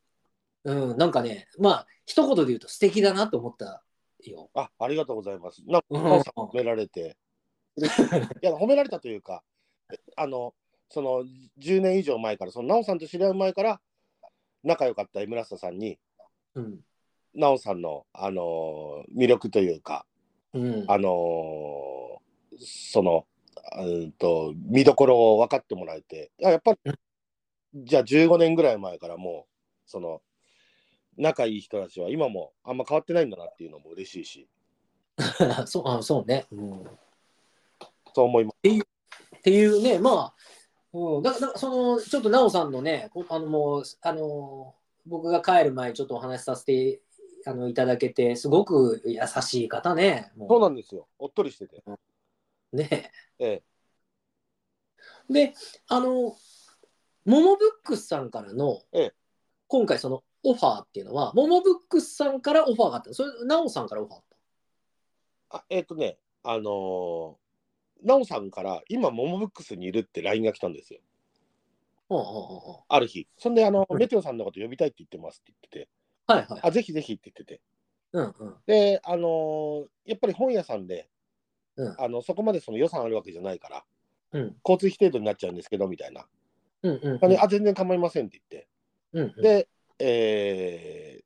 [SPEAKER 1] なんかねまあ一言で言うと素敵だなと思ったよ。
[SPEAKER 2] あありがとうございます。な
[SPEAKER 1] うん
[SPEAKER 2] 奈緒さん褒められて。嬉しいいや褒められたというかえあのその10年以上前からその奈緒さんと知り合う前から仲良かった江村下さんに
[SPEAKER 1] うん
[SPEAKER 2] 奈緒さんの、あのー魅力というか
[SPEAKER 1] うん、
[SPEAKER 2] あのーその、うーんと、見どころを分かってもらえて、あやっぱり
[SPEAKER 1] う、
[SPEAKER 2] じゃあ15年ぐらい前からもう、その、仲いい人たちは今もあんま変わってないんだなっていうのも嬉しいし、
[SPEAKER 1] そうあそうね、うん。っ
[SPEAKER 2] そう思いま
[SPEAKER 1] ていうねまあ、うん、だからだからそのちょっと奈緒さんのねこあのもうあの僕が帰る前にちょっとお話しさせてあのいただけてすごく優しい方ね。も
[SPEAKER 2] す。そうなんですよ。おっとりしてて。
[SPEAKER 1] ね
[SPEAKER 2] え
[SPEAKER 1] で、あの、モモブックスさんからの、
[SPEAKER 2] ええ
[SPEAKER 1] 今回そのオファーっていうのは、モモブックスさんからオファーがあった。それ、ナオさんからオファーあっ
[SPEAKER 2] あえっ、とね、あのー、なおさんから今、モモブックスにいるって LINE が来たんですよ。
[SPEAKER 1] た。うんう
[SPEAKER 2] ある日。そんで、あの、
[SPEAKER 1] うん
[SPEAKER 2] メテオさんのこと呼びたいって言ってますって言ってて、
[SPEAKER 1] んうん。はいはい。
[SPEAKER 2] あ、ぜひぜひって言ってて。
[SPEAKER 1] うんうん。
[SPEAKER 2] で、あのーやっぱり本屋さんで、
[SPEAKER 1] うん
[SPEAKER 2] あのそこまでその予算あるわけじゃないから、
[SPEAKER 1] うん
[SPEAKER 2] 交通費程度になっちゃうんですけどみたいな、
[SPEAKER 1] うんうん
[SPEAKER 2] であ全然構いませんって言っ
[SPEAKER 1] うん
[SPEAKER 2] て、
[SPEAKER 1] うん。
[SPEAKER 2] で、えー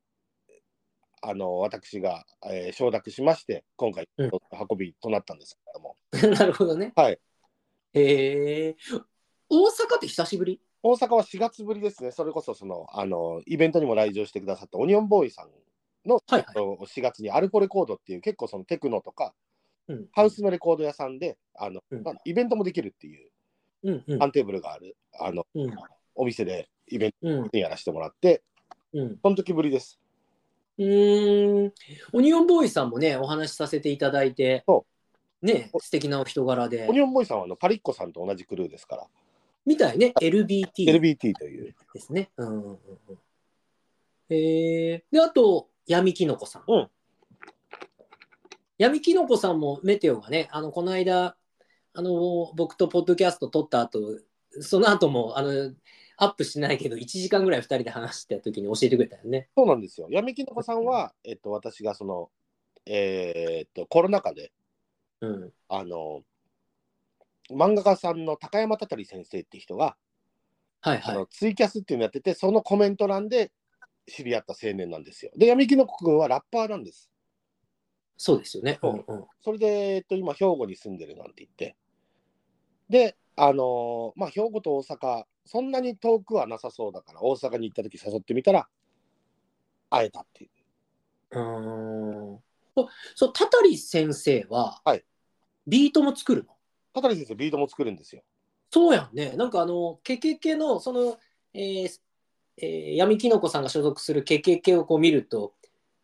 [SPEAKER 2] あの私が、えー承諾しまして、今回、
[SPEAKER 1] うん
[SPEAKER 2] 運びとなったんですけども、
[SPEAKER 1] なるほどね。
[SPEAKER 2] はい。
[SPEAKER 1] へえ。大阪って久しぶり
[SPEAKER 2] 大阪は4月ぶりですね、それこそそのあのイベントにも来場してくださったオニオンボーイさん
[SPEAKER 1] はいはい。
[SPEAKER 2] と4月にアルコレコードっていう、結構そのテクノとか、
[SPEAKER 1] うん、
[SPEAKER 2] ハウスのレコード屋さんで、あの
[SPEAKER 1] うん
[SPEAKER 2] まあイベントもできるっていう、
[SPEAKER 1] うんうん
[SPEAKER 2] アンテーブルがある、あの
[SPEAKER 1] うん
[SPEAKER 2] お店でイベン
[SPEAKER 1] うん
[SPEAKER 2] トやらせてもらって、
[SPEAKER 1] うん。
[SPEAKER 2] その時ぶりです。
[SPEAKER 1] うーん、オニオンボーイさんもね、お話しさせていただいて
[SPEAKER 2] そ、
[SPEAKER 1] ね、素敵なお人柄で
[SPEAKER 2] オ、ニオンボーイさんはあのパリッコさんと同じクルーですから、
[SPEAKER 1] みたいね、LBT
[SPEAKER 2] LBT という。
[SPEAKER 1] ですね。うんうんうんうん、えー、で、あと、闇キノコさん。
[SPEAKER 2] うん
[SPEAKER 1] 闇キノコさんもメテオがね、あの、この間、あの、僕とポッドキャスト撮った後、その後も、あの、アップしないけど、1時間ぐらい2人で話してた時に教えてくれたよね。
[SPEAKER 2] そうなんですよ。闇キノコさんは、えっと、私がその、えーっと、コロナ禍で、
[SPEAKER 1] うん。
[SPEAKER 2] あの、漫画家さんの高山たたり先生って人が、
[SPEAKER 1] はい
[SPEAKER 2] あ
[SPEAKER 1] はい
[SPEAKER 2] の。ツイキャスっていうのやってて、そのコメント欄で知り合った青年なんですよ。で、闇キノコくんはラッパーなんです。
[SPEAKER 1] そうですよね。う
[SPEAKER 2] そうん
[SPEAKER 1] うん。
[SPEAKER 2] それで、えっと、今、兵庫に住んでるなんて言って。で、あのーまあ、兵庫と大阪、そんなに遠くはなさそうだから、大阪に行った時誘ってみたら、会えたっていう。
[SPEAKER 1] うーんおそう、たたり先生は、
[SPEAKER 2] はい
[SPEAKER 1] ビートも作るの
[SPEAKER 2] たたり先生、ビートも作るんですよ。
[SPEAKER 1] そうやんね。なんかあの、ケケケの、その、えーえー闇キノコさんが所属するケケケをこう見ると、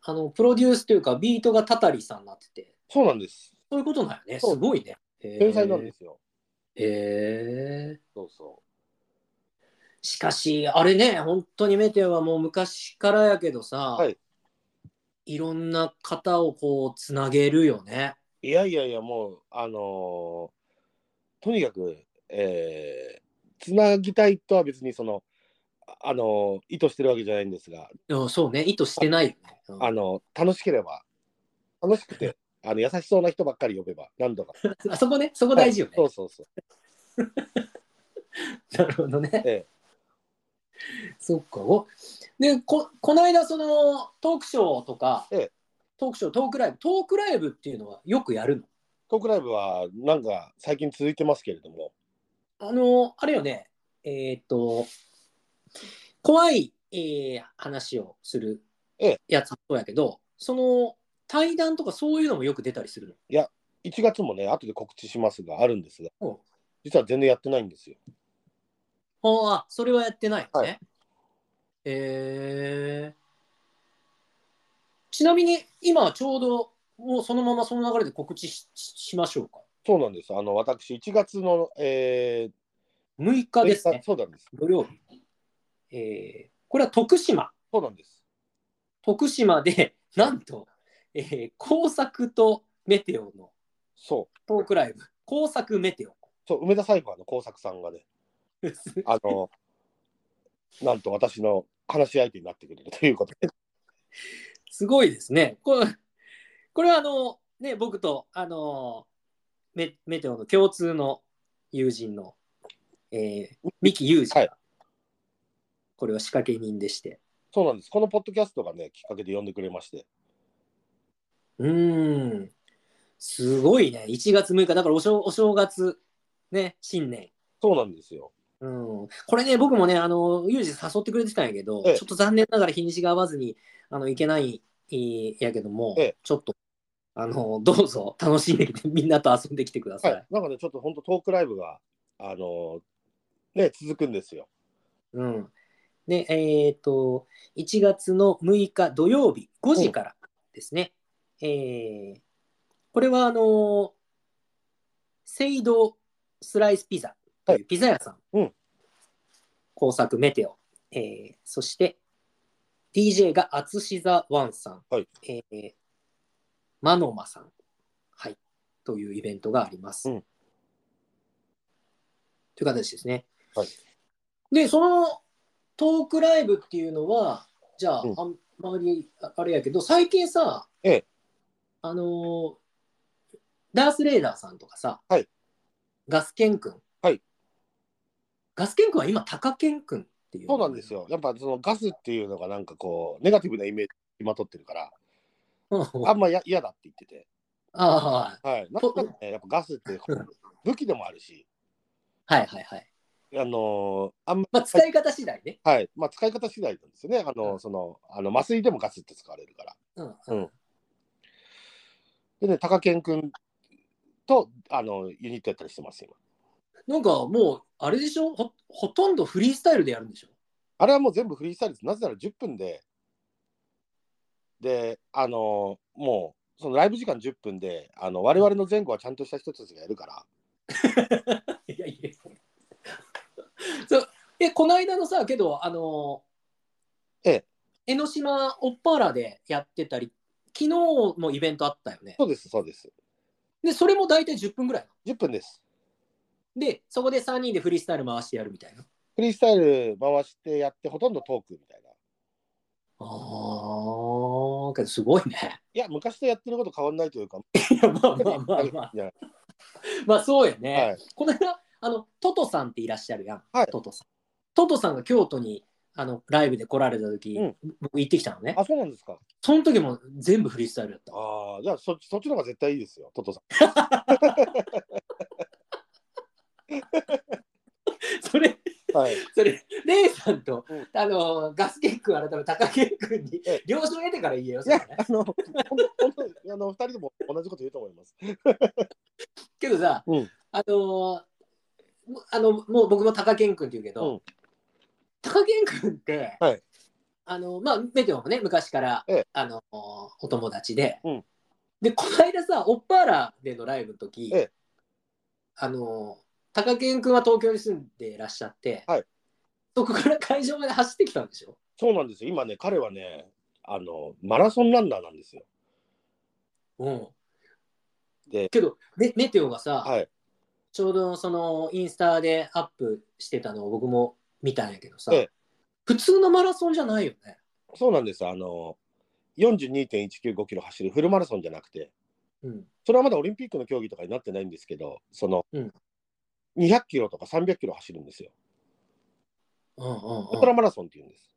[SPEAKER 1] あの、プロデュースというか、ビートがたたりさんになってて、
[SPEAKER 2] そうなんです。
[SPEAKER 1] そういうことなんよね。す
[SPEAKER 2] そう
[SPEAKER 1] ごいね。へー
[SPEAKER 2] 天才なんですよ。
[SPEAKER 1] へー
[SPEAKER 2] そうそ
[SPEAKER 1] しかし、あれね、本当にメテオはもう昔からやけどさ、
[SPEAKER 2] はい、
[SPEAKER 1] ろんな方をこう、つなげるよね。
[SPEAKER 2] う。いやいやいや、もう、あのとにかく、えー、つなぎたいとは別にその、ああの、意図してるわけじゃないんですが、
[SPEAKER 1] うんそうね、意図してないよね。うん
[SPEAKER 2] あの、楽しければ、楽しくて、あの、優しそうな人ばっかり呼べば、何度か。
[SPEAKER 1] あそこね、そこ大事よね。
[SPEAKER 2] そうそうそう。
[SPEAKER 1] なるほどね。
[SPEAKER 2] え
[SPEAKER 1] そっか。おでこ、この間、そのトークショーとか、
[SPEAKER 2] ええ
[SPEAKER 1] トークショー、トークライブ、トークライブっていうのはよくやるの
[SPEAKER 2] トークライブは、なんか、最近続いてますけれども、
[SPEAKER 1] あの、あれよね、えーっと、怖い、えー話をする
[SPEAKER 2] ええ
[SPEAKER 1] やつもそうやけど、その対談とかそういうのもよく出たりする
[SPEAKER 2] 1月もね、後で告知しますが、あるんですが
[SPEAKER 1] うん、
[SPEAKER 2] 実は全然やってないんですよ。
[SPEAKER 1] の。ああ、それはやってないのね。
[SPEAKER 2] はい
[SPEAKER 1] えーちなみに今はちょうどもうそのままその流れで告知しししましょうか。
[SPEAKER 2] そうなんです。あの、私、1月の、え
[SPEAKER 1] 6
[SPEAKER 2] ー、
[SPEAKER 1] 日ですね。
[SPEAKER 2] そうなんです。
[SPEAKER 1] 土曜日。えーこれは徳島。
[SPEAKER 2] そうなんです。
[SPEAKER 1] 徳島で、 なんと、えー工作とメテオの
[SPEAKER 2] そう。
[SPEAKER 1] トークライブ。工作メテオ。
[SPEAKER 2] そう、梅田サイファーの工作さんがね、あの、なんと私の話し相手になってくれるということで、
[SPEAKER 1] すごいですね。これ、これはあの、ね、僕と、あのメ、メテオの共通の友人の、えー、三木裕二が、
[SPEAKER 2] はい
[SPEAKER 1] これは仕掛け人でして。
[SPEAKER 2] そうなんです。このポッドキャストがね、きっかけで呼んでくれまして、
[SPEAKER 1] うーん。すごいね。1月6日、だからおしょうお正月、ね、新年。
[SPEAKER 2] そうなんですよ。
[SPEAKER 1] うん、これね、僕もね、あの、ユージ誘ってくれてたんやけど、
[SPEAKER 2] ええ
[SPEAKER 1] ちょっと残念ながら日にちが合わずに、あの、行けない、いやけども、
[SPEAKER 2] ええ
[SPEAKER 1] ちょっと、あの、どうぞ楽しんできて、み んなと遊んできてくださ。
[SPEAKER 2] はいい。なんかね、ちょっと本当トークライブが、あの、ね、続くんですよ。
[SPEAKER 1] うん。で、えっ、と、1月の6日土曜日5時からですね。えーこれは、あの、セイドスライスピザというピザ屋さん。
[SPEAKER 2] うん
[SPEAKER 1] 工作メテオ。えーそして、DJ が厚志座ワンさん。
[SPEAKER 2] はい
[SPEAKER 1] えーマノマさん。はい。というイベントがあります。
[SPEAKER 2] うん
[SPEAKER 1] という形ですね。
[SPEAKER 2] はい
[SPEAKER 1] で、そのトークライブっていうのは、じゃあ、
[SPEAKER 2] うん
[SPEAKER 1] あんまりああれやけど、最近さ、
[SPEAKER 2] ええ
[SPEAKER 1] あのーダース・レーダーさんとかさ、
[SPEAKER 2] はい
[SPEAKER 1] ガスケン君、
[SPEAKER 2] はい
[SPEAKER 1] ガスケン君は今、タカケン君っていう。
[SPEAKER 2] そうなんです。よ。やっぱそのガスっていうのがなんかこう、ネガティブなイメージにまとってるから、
[SPEAKER 1] うん、
[SPEAKER 2] あ
[SPEAKER 1] あ
[SPEAKER 2] んまや嫌だって言ってて、
[SPEAKER 1] あ
[SPEAKER 2] はい。なんかね、やっぱガスって
[SPEAKER 1] うん
[SPEAKER 2] 武器でもあるし、
[SPEAKER 1] はいはいはい。
[SPEAKER 2] あの、あんま、
[SPEAKER 1] まあ、使い方次第ね。
[SPEAKER 2] はい。まあ、使い方次第なんですよね。あの、その、あの麻酔でもガスって使われるから。
[SPEAKER 1] うん
[SPEAKER 2] でね、高健君とあのユニットやったりしてます、今。
[SPEAKER 1] なんかもう、あれでしょほ、ほとんどフリースタイルでやるんでしょ
[SPEAKER 2] あれはもう全部フリースタイルです。なぜなら10分で、で、あのもう、そのライブ時間10分で、あの我々の前後はちゃんとした人たちがやるから、
[SPEAKER 1] いやいや。そうえ、この間のさ、けど、あの
[SPEAKER 2] ええ
[SPEAKER 1] 江ノ島オッパーラでやってたり、昨日もイベントあったよね。
[SPEAKER 2] そうです、そうです。
[SPEAKER 1] で、それも大体10分ぐらい。
[SPEAKER 2] 10分です。
[SPEAKER 1] で、そこで3人でフリースタイル回してやるみたいな。
[SPEAKER 2] フリースタイル回してやって、ほとんどトークみたいな。
[SPEAKER 1] ああ、けどすごいね。
[SPEAKER 2] いや、昔とやってること変わんないというか、
[SPEAKER 1] いや、まあまあまあまあ。
[SPEAKER 2] はい
[SPEAKER 1] まあそうやね。
[SPEAKER 2] はい
[SPEAKER 1] この間、あの、トトさんっていらっしゃるやん。
[SPEAKER 2] はい
[SPEAKER 1] トトさん。トトさんが京都にあのライブで来られた時、
[SPEAKER 2] うん
[SPEAKER 1] 僕行ってきたのね。
[SPEAKER 2] あ、そうなんですか。
[SPEAKER 1] その時も全部フリースタイルだった。
[SPEAKER 2] ああ、じゃあそそっちの方が絶対いいですよ、トトさん。
[SPEAKER 1] それ、
[SPEAKER 2] はい、
[SPEAKER 1] それ、レイさんと、
[SPEAKER 2] うん
[SPEAKER 1] あのーガスケン君改め高ケン君に
[SPEAKER 2] ええ
[SPEAKER 1] 了承得てから言えよ、そ
[SPEAKER 2] い
[SPEAKER 1] れ
[SPEAKER 2] や
[SPEAKER 1] ね、
[SPEAKER 2] あの、ほんほんとにあの、二人とも同じこと言うと思います。
[SPEAKER 1] けどさ、
[SPEAKER 2] うん
[SPEAKER 1] あのーもあのもう僕も高ケン君って言うけ
[SPEAKER 2] う
[SPEAKER 1] ど
[SPEAKER 2] ん、
[SPEAKER 1] 高ケン君って、
[SPEAKER 2] はい
[SPEAKER 1] あのまあメテオもね昔から、
[SPEAKER 2] ええ
[SPEAKER 1] あのーお友達で、
[SPEAKER 2] うん
[SPEAKER 1] でこの間さオッパーラでのライブの時、
[SPEAKER 2] ええ
[SPEAKER 1] あのー高健君は東京に住んでいらっしゃって、
[SPEAKER 2] はい
[SPEAKER 1] そこから会場まで走ってきたんでしょ
[SPEAKER 2] そうなんですよ。今ね、彼はね、あの、マラソンランナーなんですよ。
[SPEAKER 1] うん。
[SPEAKER 2] で
[SPEAKER 1] けどメ、メテオがさ、
[SPEAKER 2] はい。
[SPEAKER 1] ちょうどそのインスタでアップしてたのを僕も見たんやけどさ、
[SPEAKER 2] ええ
[SPEAKER 1] 普通のマラソンじゃないよね。
[SPEAKER 2] そうなんです。あの、42.195キロ走るフルマラソンじゃなくて、
[SPEAKER 1] うん。
[SPEAKER 2] それはまだオリンピックの競技とかになってないんですけど、その、
[SPEAKER 1] うん
[SPEAKER 2] 200キロとか300キロ走るんですよ。
[SPEAKER 1] うんうん
[SPEAKER 2] ウル
[SPEAKER 1] う
[SPEAKER 2] トラ
[SPEAKER 1] ん。
[SPEAKER 2] マラソンって言うんです。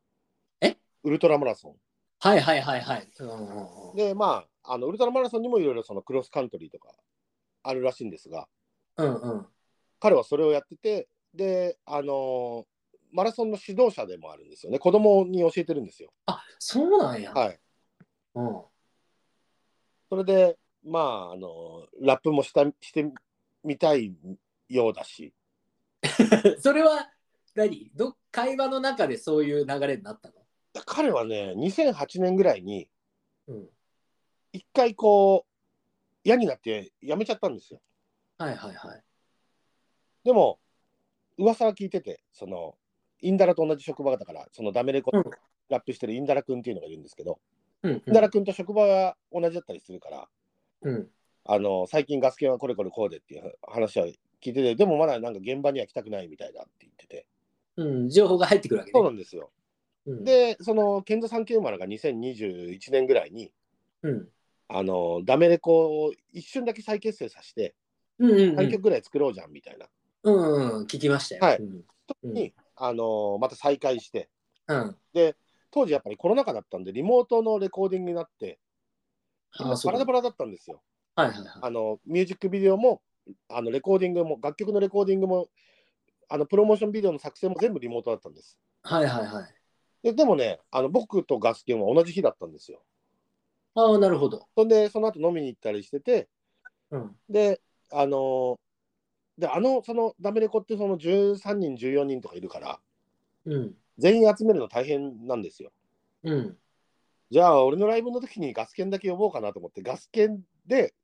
[SPEAKER 1] え
[SPEAKER 2] ウルトラマラソ
[SPEAKER 1] はいはいはいはい。うんうん
[SPEAKER 2] ン。で、まあ、あのウルトラマラソンにもいろいろそのクロスカントリーとかあるらしいんですが、
[SPEAKER 1] うん。うんうん。
[SPEAKER 2] 彼はそれをやってて、で、あのーマラソンの指導者でもあるんですよね。子供に教えてるんですよ。
[SPEAKER 1] あそうなんや。
[SPEAKER 2] はい。
[SPEAKER 1] うん。
[SPEAKER 2] それで、まあ、あのーラップもしたしてみたいようだし、
[SPEAKER 1] それは何ど会話の中でそういう流れになったの
[SPEAKER 2] 彼はね、2008年ぐらいに、
[SPEAKER 1] うん。
[SPEAKER 2] 一回こう、嫌になって辞めちゃったんですよ。
[SPEAKER 1] はいはいはい。
[SPEAKER 2] でも、噂は聞いてて、その、インダラと同じ職場だから、そのダメレコ、
[SPEAKER 1] うん
[SPEAKER 2] ラップしてるインダラ君っていうのがいるんですけど、
[SPEAKER 1] うん、
[SPEAKER 2] インダラ君と職場が同じだったりするから、
[SPEAKER 1] うん。
[SPEAKER 2] あの、最近ガスケはこれこれこうでっていう話は聞いてて、でもまだなんか現場には来たくないみたいだって言ってて。
[SPEAKER 1] うん。情報が入ってくるわけ
[SPEAKER 2] そう
[SPEAKER 1] ね。
[SPEAKER 2] なんですよ。
[SPEAKER 1] うん、
[SPEAKER 2] で、その、ケンゾ三級生まれが2021年ぐらいに、
[SPEAKER 1] うん。
[SPEAKER 2] あの、ダメレコを一瞬だけ再結成させて、
[SPEAKER 1] うんうんう
[SPEAKER 2] 3
[SPEAKER 1] ん
[SPEAKER 2] 曲ぐらい作ろうじゃんみたいな。
[SPEAKER 1] うんうん、聞きましたよ。
[SPEAKER 2] はい
[SPEAKER 1] うん
[SPEAKER 2] 時に、あの、また再開して、
[SPEAKER 1] うん、
[SPEAKER 2] 当時やっぱりコロナ禍だったんでリモートのレコーディングになって
[SPEAKER 1] あそう
[SPEAKER 2] バラ
[SPEAKER 1] だ
[SPEAKER 2] バラだったんですよ
[SPEAKER 1] はいはいはい。
[SPEAKER 2] あのミュージックビデオもあのレコーディングも楽曲のレコーディングもあのプロモーションビデオの作成も全部リモートだったんです
[SPEAKER 1] はいはいはい。
[SPEAKER 2] ででもねあの僕とガスケンは同じ日だったんですよ
[SPEAKER 1] ああ、なるほど。
[SPEAKER 2] そんでその後飲みに行ったりしてて
[SPEAKER 1] うん。
[SPEAKER 2] であのであのそのダメレコってその13人14人とかいるから
[SPEAKER 1] うん。
[SPEAKER 2] 全員集めるの大変なんですよ
[SPEAKER 1] うん。
[SPEAKER 2] じゃあ俺のライブの時にガス券だけ呼ぼうかなと思ってガス券で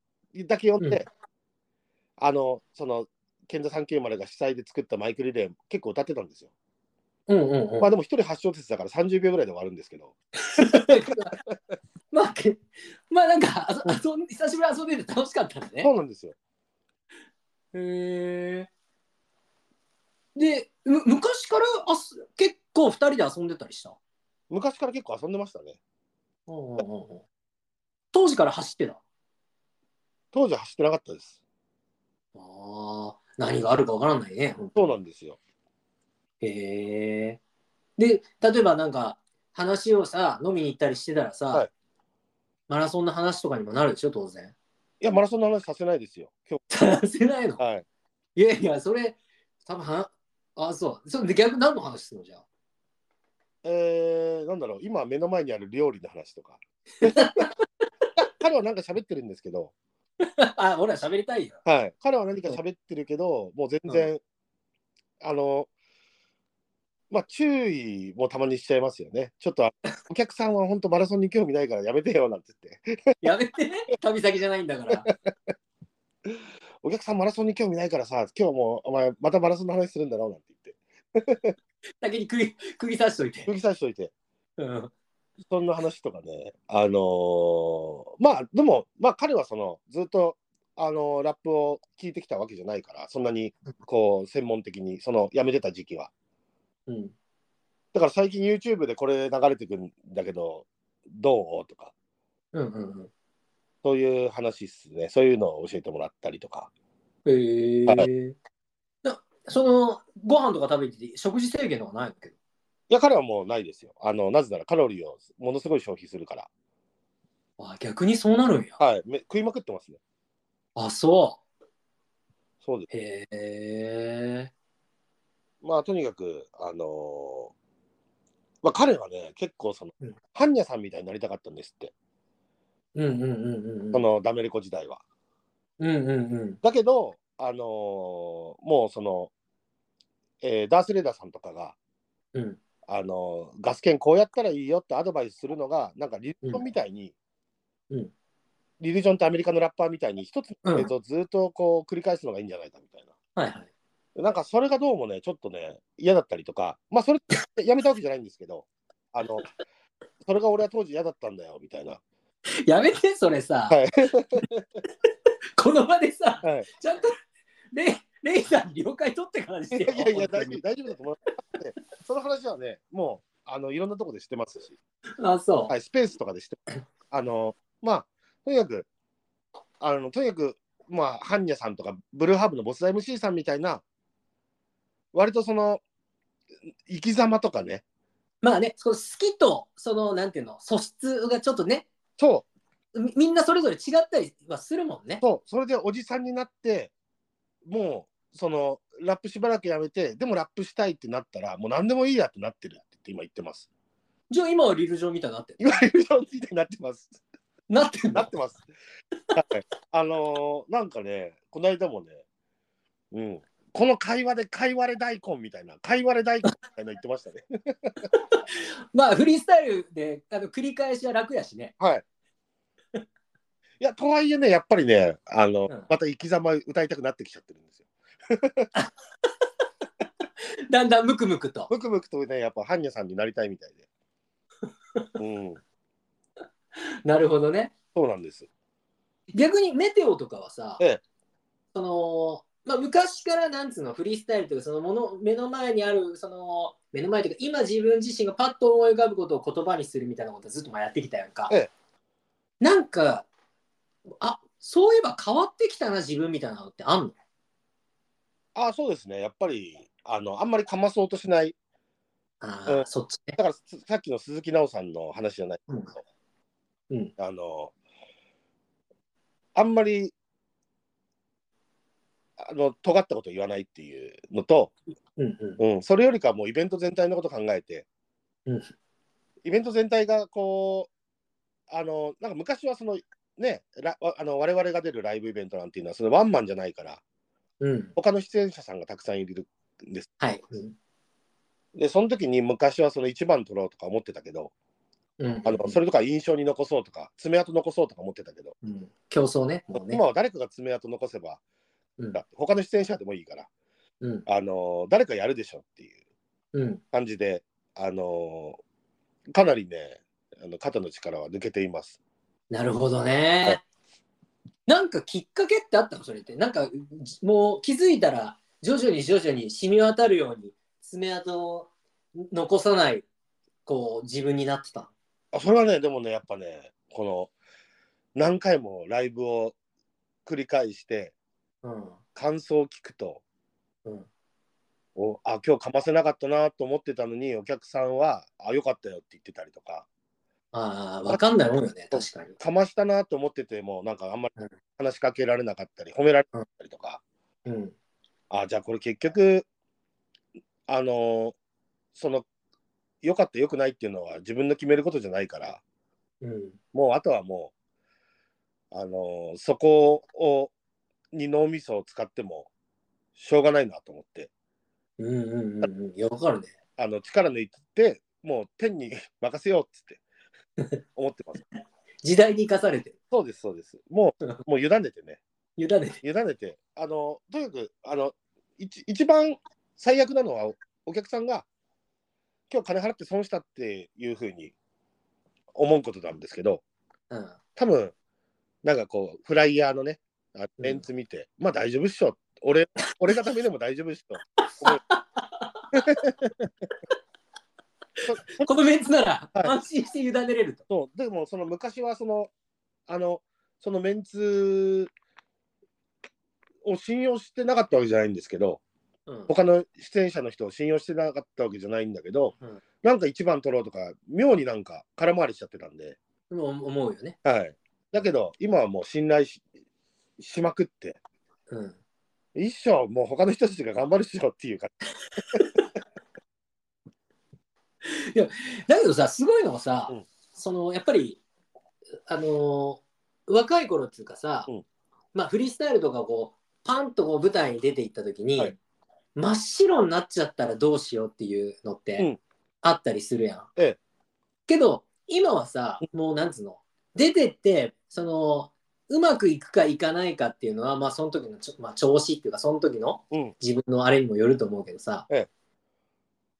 [SPEAKER 2] だけ呼んで、
[SPEAKER 1] うん
[SPEAKER 2] あのその賢者3級までが主催で作ったマイクリレー結構歌ってたんですよ、
[SPEAKER 1] うんうんうん。
[SPEAKER 2] まあでも1人8小節だから30秒ぐらいで終わるんですけど
[SPEAKER 1] まあ、けまあなんか、あそあそん久しぶりに遊んでて楽しかったんだね
[SPEAKER 2] そ。うなんですよ
[SPEAKER 1] へえ。で、む昔からあす結構2人で遊んでたりした。
[SPEAKER 2] 昔から結構遊んでましたね
[SPEAKER 1] うんうんうんうん当時から走ってた。あ
[SPEAKER 2] 当時は走ってなかったです
[SPEAKER 1] あ、何があるかわからないね。本当
[SPEAKER 2] そうなんですよ
[SPEAKER 1] へえ。で、例えばなんか話をさ、飲みに行ったりしてたらさ、
[SPEAKER 2] はい
[SPEAKER 1] マラソンの話とかにもなるでしょ、当然。
[SPEAKER 2] いやマラソンの話させないですよ今
[SPEAKER 1] させないの
[SPEAKER 2] 日。はい
[SPEAKER 1] いやいや、それ、多分は、あ、そう。それで逆に何の話するのじゃあ。
[SPEAKER 2] えー、なんだろう今目の前にある料理の話と か彼はなんか喋ってるんですけど
[SPEAKER 1] あ、俺は喋りたいよ。
[SPEAKER 2] はい、彼は何か喋ってるけど、もう全然、あの、まあ、注意もたまにしちゃいますよね。ちょっと、 お客さんは本当マラソンに興味ないからやめてよなんて言って、
[SPEAKER 1] やめて、旅先じゃないんだから。
[SPEAKER 2] お客さんマラソンに興味ないからさ、今日もうお前またマラソンの話するんだろうなんて言って、
[SPEAKER 1] 先に釘釘刺しといて。
[SPEAKER 2] 釘刺しといて、
[SPEAKER 1] うん。
[SPEAKER 2] そんな話とかね、あのーまあ、でも、まあ、彼はその、ずっと、あのーラップを聞いてきたわけじゃないから、そんなに、こう、専門的に、その、やめてた時期は。
[SPEAKER 1] うん。
[SPEAKER 2] だから最近 YouTube でこれ流れてくるんだけど、どうとか、
[SPEAKER 1] うんうん
[SPEAKER 2] そういう話っすね。そういうのを教えてもらったりとか。
[SPEAKER 1] うん。へ
[SPEAKER 2] は
[SPEAKER 1] え。なその、ご飯とか食べてて、食事制限とかないのけど。
[SPEAKER 2] いや、彼はもうないですよ。あの、なぜならカロリーをものすごい消費するから。
[SPEAKER 1] あ、逆にそうなるんや。
[SPEAKER 2] はい。め食いまくってますね。
[SPEAKER 1] あ、そう。
[SPEAKER 2] そうで
[SPEAKER 1] へえ。
[SPEAKER 2] す。まあ、とにかく、あのーまあ、彼はね、結構その
[SPEAKER 1] うん、
[SPEAKER 2] ハンニャさんみたいになりたかったんですって。
[SPEAKER 1] うんうんうんうんう
[SPEAKER 2] そ
[SPEAKER 1] ん。
[SPEAKER 2] のダメレコ時代は。
[SPEAKER 1] うんうんうん。
[SPEAKER 2] だけど、あのーもうその、えーダース・レーダーさんとかが、
[SPEAKER 1] うん
[SPEAKER 2] あのガス券こうやったらいいよってアドバイスするのがなんかリルジョンみたいに、
[SPEAKER 1] うんうん
[SPEAKER 2] リルジョンってアメリカのラッパーみたいに一つの映像をずっとこう繰り返すのがいいんじゃないかみたいな、
[SPEAKER 1] はいはい。
[SPEAKER 2] なんかそれがどうもねちょっとね嫌だったりとかまあそれ ってやめたわけじゃないんですけどあのそれが俺は当時嫌だったんだよみたいな
[SPEAKER 1] やめて、それさ。
[SPEAKER 2] はい
[SPEAKER 1] この場でさ、
[SPEAKER 2] はい
[SPEAKER 1] ちゃんと、ね、レイさん、了解取ってからにしてよ。
[SPEAKER 2] いやい
[SPEAKER 1] 本当
[SPEAKER 2] や、大丈
[SPEAKER 1] に
[SPEAKER 2] 夫、大丈夫だと思う。でその話はね、もう、あの、いろんなとこでしてますし、
[SPEAKER 1] あ、そう。
[SPEAKER 2] はい、スペースとかでしてますあの、まあ、とにかく、あの、とにかく、まあ、ハンニャさんとか、ブルーハーブのボス MC さんみたいな、割とその、生き様とかね、
[SPEAKER 1] まあね、その好きと、その、なんていうの、素質がちょっとね、
[SPEAKER 2] そう、
[SPEAKER 1] みみんなそれぞれ違ったりはするもんね。
[SPEAKER 2] そう、それでおじさんになって、もう、その、ラップしばらくやめて、でもラップしたいってなったら、もう何でもいいやってなってるって今言ってます。
[SPEAKER 1] じゃあ今はリルジョンみたいになってる。
[SPEAKER 2] 今、友情みたいになってます。
[SPEAKER 1] なってん
[SPEAKER 2] な
[SPEAKER 1] だ
[SPEAKER 2] っ。てます。はいあのーなんかね、この間もね、うん、この会話で会話で大根みたいな、会話で大根みたいな言ってましたね。
[SPEAKER 1] まあフリースタイルであの繰り返しは楽やしね。
[SPEAKER 2] はい。いや、とはいえね、やっぱりね、あの、
[SPEAKER 1] うん
[SPEAKER 2] また生き様歌いたくなってきちゃってるんですよ。
[SPEAKER 1] だんだんムクムクと。
[SPEAKER 2] ムクムクとね、やっぱ、ハンニャさんになりたいみたいで。うん、
[SPEAKER 1] なるほどね。
[SPEAKER 2] そうなんです。
[SPEAKER 1] 逆にメテオとかはさ、
[SPEAKER 2] ええ
[SPEAKER 1] そのまあ、昔からなんつうのフリースタイルというかそのもの目の前にあるその目の前というか今自分自身がパッと思い浮かぶことを言葉にするみたいなことをずっとまあやってきたやんか、
[SPEAKER 2] ええ
[SPEAKER 1] なんかあそういえば変わってきたな自分みたいなのってあんの
[SPEAKER 2] ああ、そうですね。やっぱり、あの、あんまりかまそうとしない。
[SPEAKER 1] あー、
[SPEAKER 2] うん
[SPEAKER 1] そっちね
[SPEAKER 2] だから、す さっきの鈴木奈緒さんの話じゃないけど、
[SPEAKER 1] うんうん
[SPEAKER 2] あの、あんまり、あの、尖ったこと言わないっていうのと、
[SPEAKER 1] うんうん
[SPEAKER 2] うん、それよりかはもうイベント全体のこと考えて、
[SPEAKER 1] うん
[SPEAKER 2] イベント全体がこう、あの、なんか昔はその、ね、らあの我々が出るライブイベントなんていうのはそのワンマンじゃないから
[SPEAKER 1] うん
[SPEAKER 2] 他の出演者さんがたくさんいるんです
[SPEAKER 1] はいうん
[SPEAKER 2] でその時に昔はその一番取ろうとか思ってたけど
[SPEAKER 1] うん
[SPEAKER 2] あのそれとか印象に残そうとか爪痕残そうとか思ってたけど、
[SPEAKER 1] うん競争ねもうね
[SPEAKER 2] 今は誰かが爪痕残せば、
[SPEAKER 1] うん
[SPEAKER 2] 他の出演者でもいいから、
[SPEAKER 1] うん
[SPEAKER 2] あのー誰かやるでしょっていう
[SPEAKER 1] うん
[SPEAKER 2] 感じで、あのーかなりねあの肩の力は抜けています。
[SPEAKER 1] なるほどね、
[SPEAKER 2] はい
[SPEAKER 1] なんかきっかけってあったのそれってなんかじもう気づいたら徐々に徐々に染み渡るように爪痕を残さないこう自分になってた
[SPEAKER 2] あそれはねでもねやっぱねこの何回もライブを繰り返して
[SPEAKER 1] の
[SPEAKER 2] 感想を聞くと、
[SPEAKER 1] うん
[SPEAKER 2] おあ今日かませなかったなと思ってたのにお客さんは「あよかったよ」って言ってたりとか
[SPEAKER 1] ああ分かんないもんよね確かに
[SPEAKER 2] かましたなと思っててもなんかあんまり話しかけられなかったり褒められなかったりとか、
[SPEAKER 1] うん
[SPEAKER 2] あじゃあこれ結局あのーその良かった良くないっていうのは自分の決めることじゃないから
[SPEAKER 1] うん
[SPEAKER 2] もうあとはもうあのーそこをに脳みそを使ってもしょうがないなと思って
[SPEAKER 1] うんうんうんうんいや分かるね
[SPEAKER 2] あの力抜いてもう天に任せようっつって 思ってます
[SPEAKER 1] 時代に生かされてる
[SPEAKER 2] そうですそうですもうもう委ねてね
[SPEAKER 1] 委ねて
[SPEAKER 2] 委ねて、あのとにかくあの一一番最悪なのはお、お客さんが今日金払って損したっていうふうに思うことなんですけど、
[SPEAKER 1] うん
[SPEAKER 2] 多分なんかこう、フライヤーのね、あメンツ見て、まあ大丈夫っしょ、俺俺がダメでも大丈夫っしょ、
[SPEAKER 1] このメンツなら
[SPEAKER 2] はい
[SPEAKER 1] 安心して委ねれると、
[SPEAKER 2] そうでもその昔はそのあのそのメンツを信用してなかったわけじゃないんですけど、
[SPEAKER 1] うん
[SPEAKER 2] 他の出演者の人を信用してなかったわけじゃないんだけど、
[SPEAKER 1] うん
[SPEAKER 2] なんか一番取ろうとか妙になんか空回りしちゃってたんで、
[SPEAKER 1] もう思うよね
[SPEAKER 2] はい、だけど今はもう信頼ししまくって
[SPEAKER 1] うん
[SPEAKER 2] 一生もう他の人たちが頑張るっしょっていうか
[SPEAKER 1] だけどさすごいのはさ、
[SPEAKER 2] うん
[SPEAKER 1] そのやっぱりあのー若い頃っていうかさ、
[SPEAKER 2] うん
[SPEAKER 1] まあフリースタイルとかこうパンとこう舞台に出ていった時に、
[SPEAKER 2] はい
[SPEAKER 1] 真っ白になっちゃったらどうしようっていうのっ
[SPEAKER 2] う
[SPEAKER 1] て
[SPEAKER 2] ん
[SPEAKER 1] あったりするやん。
[SPEAKER 2] ええ
[SPEAKER 1] けど今はさもうなんつうの出てってそのうまくいくかいかないかっていうのはまあその時のちょ、まあ、調子っていうかその時の
[SPEAKER 2] うん
[SPEAKER 1] 自分のあれにもよると思うけどさ、
[SPEAKER 2] ええ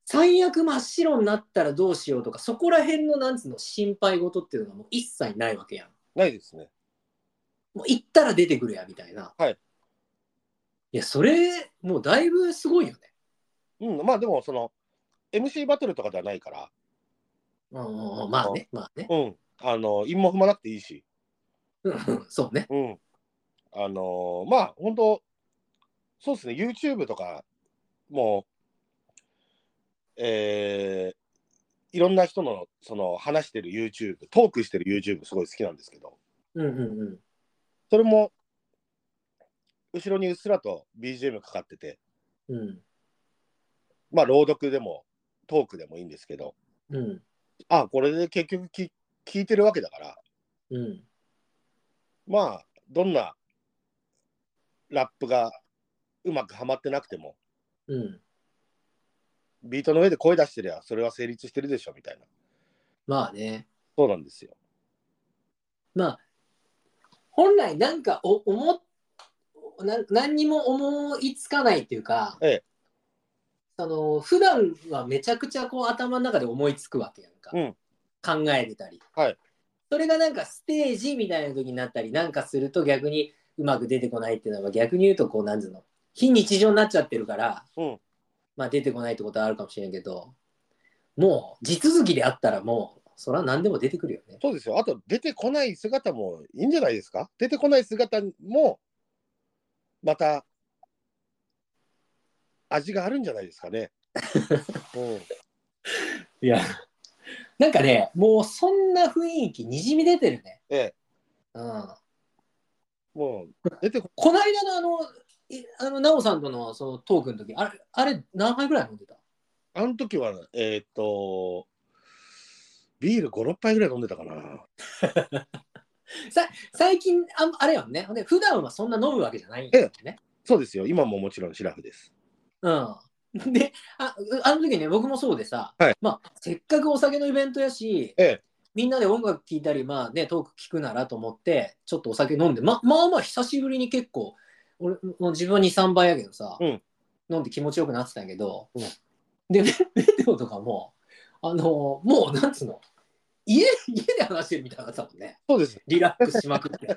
[SPEAKER 1] 最悪真っ白になったらどうしようとかそこら辺のなんつうの心配事っていうのがもう一切ないわけやん
[SPEAKER 2] ないですね
[SPEAKER 1] もう行ったら出てくるやみたいな、
[SPEAKER 2] はい
[SPEAKER 1] いや、それ、もうだいぶすごいよね。
[SPEAKER 2] うん、まあでも、その、MC バトルとかではないから、
[SPEAKER 1] うんうんうん、まあね、まあね。
[SPEAKER 2] うん、あの、陰も踏まなくていいし、
[SPEAKER 1] うんうんそうね。
[SPEAKER 2] うん。あのーまあ、本当そうですね、YouTube とか、もう、えーいろんな人の、その、話してる YouTube、トークしてる YouTube、すごい好きなんですけど、
[SPEAKER 1] うんうんうん。
[SPEAKER 2] それも、後ろにうっすらと BGM かかってて、
[SPEAKER 1] うん
[SPEAKER 2] まあ、朗読でも、トークでもいいんですけど、
[SPEAKER 1] うん
[SPEAKER 2] あ、これで結局き聞いてるわけだから、
[SPEAKER 1] うん
[SPEAKER 2] まあ、どんなラップがうまくはまってなくても、
[SPEAKER 1] うん。
[SPEAKER 2] ビートの上で声出してりゃ、それは成立してるでしょみたいな。
[SPEAKER 1] まあね。
[SPEAKER 2] そうなんですよ。
[SPEAKER 1] まあ、本来なんかお思っな何にも思いつかないっていうか、
[SPEAKER 2] ええ
[SPEAKER 1] その普段はめちゃくちゃこう頭の中で思いつくわけやんか、
[SPEAKER 2] うん
[SPEAKER 1] 考えてたり、
[SPEAKER 2] はい
[SPEAKER 1] それがなんかステージみたいな時になったりなんかすると逆にうまく出てこないっていうのは逆に言うとこうなんつうの非日常になっちゃってるから、
[SPEAKER 2] うん
[SPEAKER 1] まあ出てこないってことはあるかもしれんけどもう地続きであったらもうそれは何でも出てくるよね。
[SPEAKER 2] そうですよ。あと、出てこない姿もいいんじゃないですか出てこない姿も、また、味があるんじゃないですかね。うん、
[SPEAKER 1] いや、なんかね、もうそんな雰囲気にじみ出てるね。
[SPEAKER 2] ええ、
[SPEAKER 1] うん。
[SPEAKER 2] もう、出てこ
[SPEAKER 1] こないだのあの、いあの、なおさんとのそのトークの時、あれ、あれ何杯ぐらい飲んでた
[SPEAKER 2] あの時は、えーっと、ビール5、6杯ぐらい飲んでたかな。
[SPEAKER 1] 最近、あんあれやんね。ほんで、普段はそんな飲むわけじゃないん
[SPEAKER 2] え
[SPEAKER 1] やね。
[SPEAKER 2] そうですよ。今ももちろんシラフです。
[SPEAKER 1] うん。で、ああの時ね、僕もそうでさ、
[SPEAKER 2] はい
[SPEAKER 1] まあ、せっかくお酒のイベントやし、
[SPEAKER 2] ええ
[SPEAKER 1] みんなで音楽聴いたり、まあね、トーク聞くならと思って、ちょっとお酒飲んで、ままあまあ久しぶりに結構、俺もう自分は2、3杯やけどさ、
[SPEAKER 2] うん
[SPEAKER 1] 飲んで気持ちよくなってたんやけど、
[SPEAKER 2] うん
[SPEAKER 1] で、メ メテオとかも、あのもうなんつうの、家家で話してるみたいになってたもんね、
[SPEAKER 2] そうです。
[SPEAKER 1] リラックスしまく って。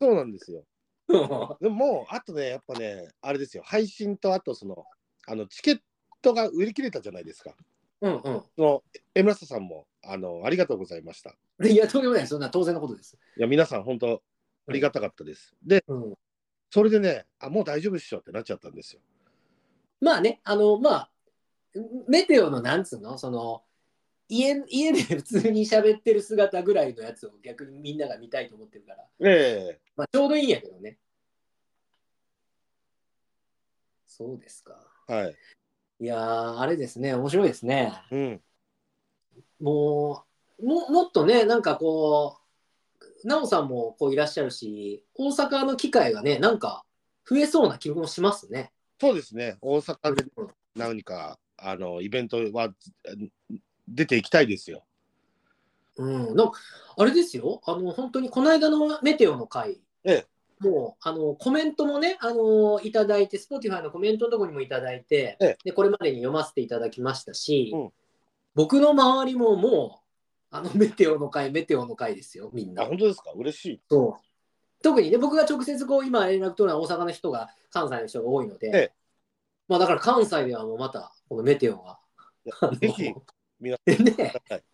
[SPEAKER 2] そうなんですよ。
[SPEAKER 1] うん
[SPEAKER 2] でももうあとね、やっぱね、あれですよ、配信とあとその、あのチケットが売り切れたじゃないですか。
[SPEAKER 1] うんうん
[SPEAKER 2] そのえ村瀬さんもあのありがとうございました。い
[SPEAKER 1] で。いや、とんでもない、そんな当然のことです。
[SPEAKER 2] や、皆さん、本当、ありがたかったです。で、
[SPEAKER 1] うん、
[SPEAKER 2] それでね、あもう大丈夫っしょってなっちゃったんですよ。
[SPEAKER 1] まあね、あの、まあ、メテオのなんつうの、その、家家で普通に喋ってる姿ぐらいのやつを逆にみんなが見たいと思ってるから、
[SPEAKER 2] ええ
[SPEAKER 1] まあ、ちょうどいいんやけどね。そうですか。
[SPEAKER 2] はい。
[SPEAKER 1] いやー、あれですね、面白いですね。
[SPEAKER 2] うん。
[SPEAKER 1] もう、ももっとね、なんかこう、なおさんもこういらっしゃるし、大阪の機会がね、なんか増えそうな気もしますね。
[SPEAKER 2] そうですね、大阪で何か、あのイベントはうん出ていきたいですよ。
[SPEAKER 1] うん、なんかあれですよ、あの本当にこの間のメテオの回、
[SPEAKER 2] え
[SPEAKER 1] もうあのコメントもね、あのいただいて、Spotify のコメントのところにもいただいて、
[SPEAKER 2] ええ
[SPEAKER 1] で、これまでに読ませていただきましたし、
[SPEAKER 2] うん
[SPEAKER 1] 僕の周りももう、あのメテオの回、メテオの回ですよ、みん
[SPEAKER 2] あ、
[SPEAKER 1] な。
[SPEAKER 2] 本当ですか、嬉しい。
[SPEAKER 1] そう特にね、僕が直接こう今連絡取るのは大阪の人が、関西の人が多いので、
[SPEAKER 2] ええ
[SPEAKER 1] まあ、だから関西ではもうまた、このメテオが。
[SPEAKER 2] いや
[SPEAKER 1] あの
[SPEAKER 2] ぜひ、皆
[SPEAKER 1] ね
[SPEAKER 2] はい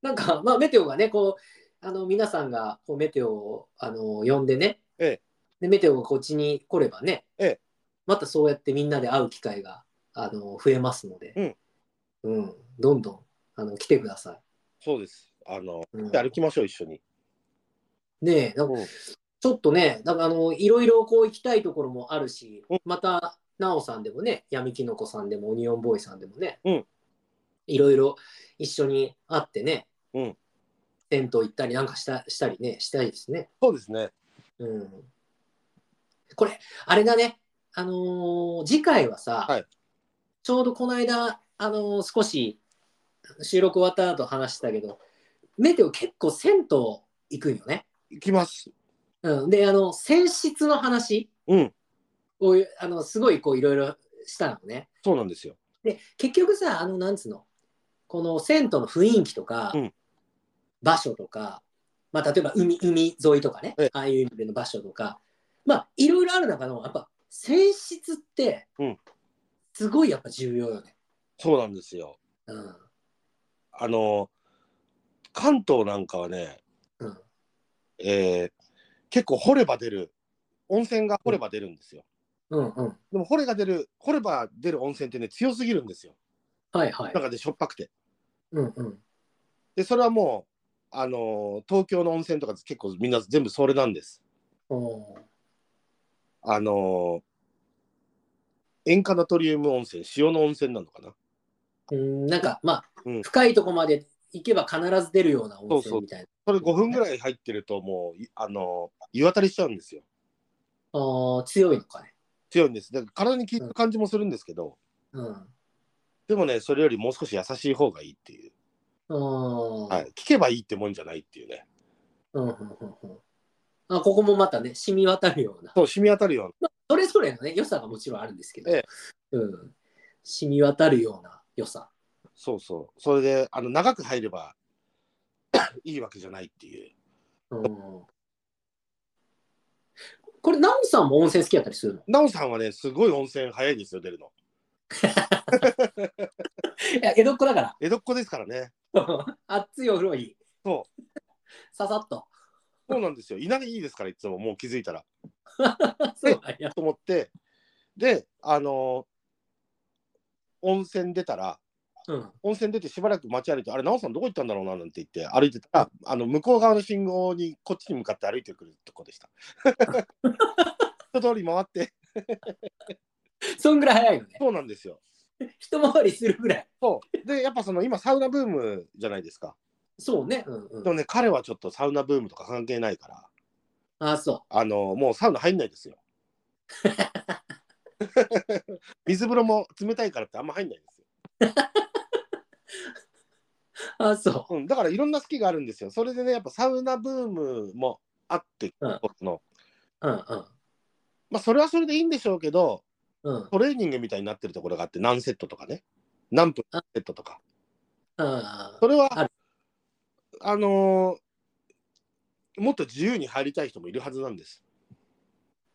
[SPEAKER 1] なんか、 まあ、メテオがね、こう、あの皆さんがこうメテオをあの呼んでね、
[SPEAKER 2] ええ
[SPEAKER 1] で、メテオがこっちに来ればね、
[SPEAKER 2] ええ
[SPEAKER 1] またそうやってみんなで会う機会があの増えますので、うん、どんどんあの来てくださ
[SPEAKER 2] そうです。あの、
[SPEAKER 1] い。うん、
[SPEAKER 2] 歩きましょう、一緒に。
[SPEAKER 1] ねえ、なんか
[SPEAKER 2] うん
[SPEAKER 1] ちょっとね、なんかあのいろいろこう行きたいところもあるし
[SPEAKER 2] うん、
[SPEAKER 1] また、なおさんでもね、闇きのこさんでも、オニオンボーイさんでもね、
[SPEAKER 2] うん
[SPEAKER 1] いろいろ一緒に会ってね、
[SPEAKER 2] うん
[SPEAKER 1] 銭湯行ったりなんかしたしたりね、したいですね。
[SPEAKER 2] そうですね。
[SPEAKER 1] うん、これ、あれだね、あのー次回はさ、
[SPEAKER 2] はい
[SPEAKER 1] ちょうどこの間、あのー少し収録終わった後話してたけど、メテオ結構銭湯行くんよね。
[SPEAKER 2] 行きます。
[SPEAKER 1] うん、で、あの、泉質の話
[SPEAKER 2] うん、
[SPEAKER 1] を、あの、すごいこういろいろしたのね。
[SPEAKER 2] そうなんですよ。
[SPEAKER 1] で、結局さ、あの、なんつうの、この銭湯の雰囲気とか、
[SPEAKER 2] うん
[SPEAKER 1] 場所とか、まあ、例えば海海沿いとかね
[SPEAKER 2] ええ、
[SPEAKER 1] ああいう意味での場所とか、まあいろいろある中のやっぱ性質って
[SPEAKER 2] うん
[SPEAKER 1] すごいやっぱ重要よね。
[SPEAKER 2] そうなんですよ。
[SPEAKER 1] うん
[SPEAKER 2] あの関東なんかはね、
[SPEAKER 1] うん
[SPEAKER 2] えー結構掘れば出る温泉が掘れば出るんですよ。
[SPEAKER 1] うんうん。
[SPEAKER 2] でも掘れが出る掘れば出る温泉ってね強すぎるんですよ。
[SPEAKER 1] はいはい
[SPEAKER 2] なん。かでしょっぱくて。
[SPEAKER 1] うんうん。
[SPEAKER 2] でそれはもうあの東京の温泉とか結構みんな全部それなんです。
[SPEAKER 1] おー
[SPEAKER 2] あの塩化ナトリウム温泉塩の温泉なのかな。
[SPEAKER 1] うんなんかまあ、
[SPEAKER 2] うん
[SPEAKER 1] 深いとこまで行けば必ず出るような温
[SPEAKER 2] そうそう
[SPEAKER 1] 泉みたいな。
[SPEAKER 2] それ5分ぐらい入ってるともういあの湯あたりしちゃうんですよ。
[SPEAKER 1] あー強いのかね。
[SPEAKER 2] 強いんです。だから体に効いた感じもするんですけど。
[SPEAKER 1] うん。
[SPEAKER 2] でもね、それよりもう少し優しい方がいいっていう。
[SPEAKER 1] あー
[SPEAKER 2] はい。聞けばいいってもんじゃないっていうね。
[SPEAKER 1] うんうんうんうんあここもまたね染み渡るような
[SPEAKER 2] そう、染み当たるよう
[SPEAKER 1] それぞれのね良さがもちろんあるんですけど、
[SPEAKER 2] ええ
[SPEAKER 1] うん、染み渡るような良さ。
[SPEAKER 2] な。そうそう。それで、あの、長く入れば いいわけじゃないっていう。
[SPEAKER 1] うん、これナオさんも温泉好きやったりするの
[SPEAKER 2] なおさんはね、すごい温泉早いですよ、出るの。
[SPEAKER 1] いや江戸っ子だか
[SPEAKER 2] 江戸っ子ですからね。
[SPEAKER 1] ら熱いお風呂に
[SPEAKER 2] そ
[SPEAKER 1] ささっと
[SPEAKER 2] そうなんですよ。稲がいいですから、いつももう気づいたら。
[SPEAKER 1] そうなんや
[SPEAKER 2] と思って。で、あの温泉出たら、
[SPEAKER 1] うん
[SPEAKER 2] 温泉出てしばらく街歩いて、あれ、なおさんどこ行ったんだろうななんて言って歩いてたら、あの向こう側の信号にこっちに向かって歩いてくるとこで した。一通り回って、
[SPEAKER 1] そんぐらい早いよね
[SPEAKER 2] そうなんですよ。
[SPEAKER 1] 一回りするぐらい
[SPEAKER 2] そうで、やっぱその今、サウナブームじゃないですか。
[SPEAKER 1] そうねうんう
[SPEAKER 2] でも
[SPEAKER 1] ん
[SPEAKER 2] ね、彼はちょっとサウナブームとか関係ないから、
[SPEAKER 1] あそ
[SPEAKER 2] あのもうサウナ入んない ですよ。水風呂も冷たいからってあんま入んないんですよ。
[SPEAKER 1] うあそ
[SPEAKER 2] うん、だからいろんな好きがあるんですよ。それでね、やっぱサウナブームもあって、
[SPEAKER 1] うん
[SPEAKER 2] この
[SPEAKER 1] ううんうん
[SPEAKER 2] まあ、それはそれでいいんでしょうけど、
[SPEAKER 1] うん
[SPEAKER 2] トレーニングみたいになってるところがあって何セットとかね何分セットとか
[SPEAKER 1] あ
[SPEAKER 2] それは
[SPEAKER 1] あ
[SPEAKER 2] あ
[SPEAKER 1] る
[SPEAKER 2] のーもっと自由に入りたい人もいるはずなんです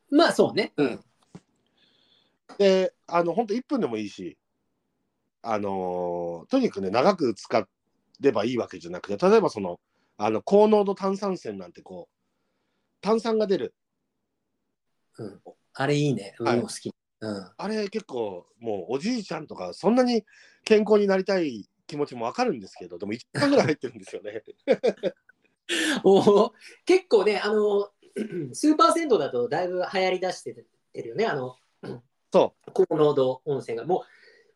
[SPEAKER 1] まあそうね
[SPEAKER 2] うんであの本当1分でもいいしあのーとにかくね長く使ればいいわけじゃなくて例えばそのあの高濃度炭酸泉なんてこう炭酸が出る
[SPEAKER 1] あれいいねうん
[SPEAKER 2] はい
[SPEAKER 1] 好きうん
[SPEAKER 2] あれ結構もうおじいちゃんとかそんなに健康になりたい気持ちもわかるんですけどでも1時間ぐらい入ってるんですよ ね
[SPEAKER 1] おー結構ねあの スーパー銭湯だとだいぶ流行りだしててるよねあの
[SPEAKER 2] そう
[SPEAKER 1] 高濃度温泉がも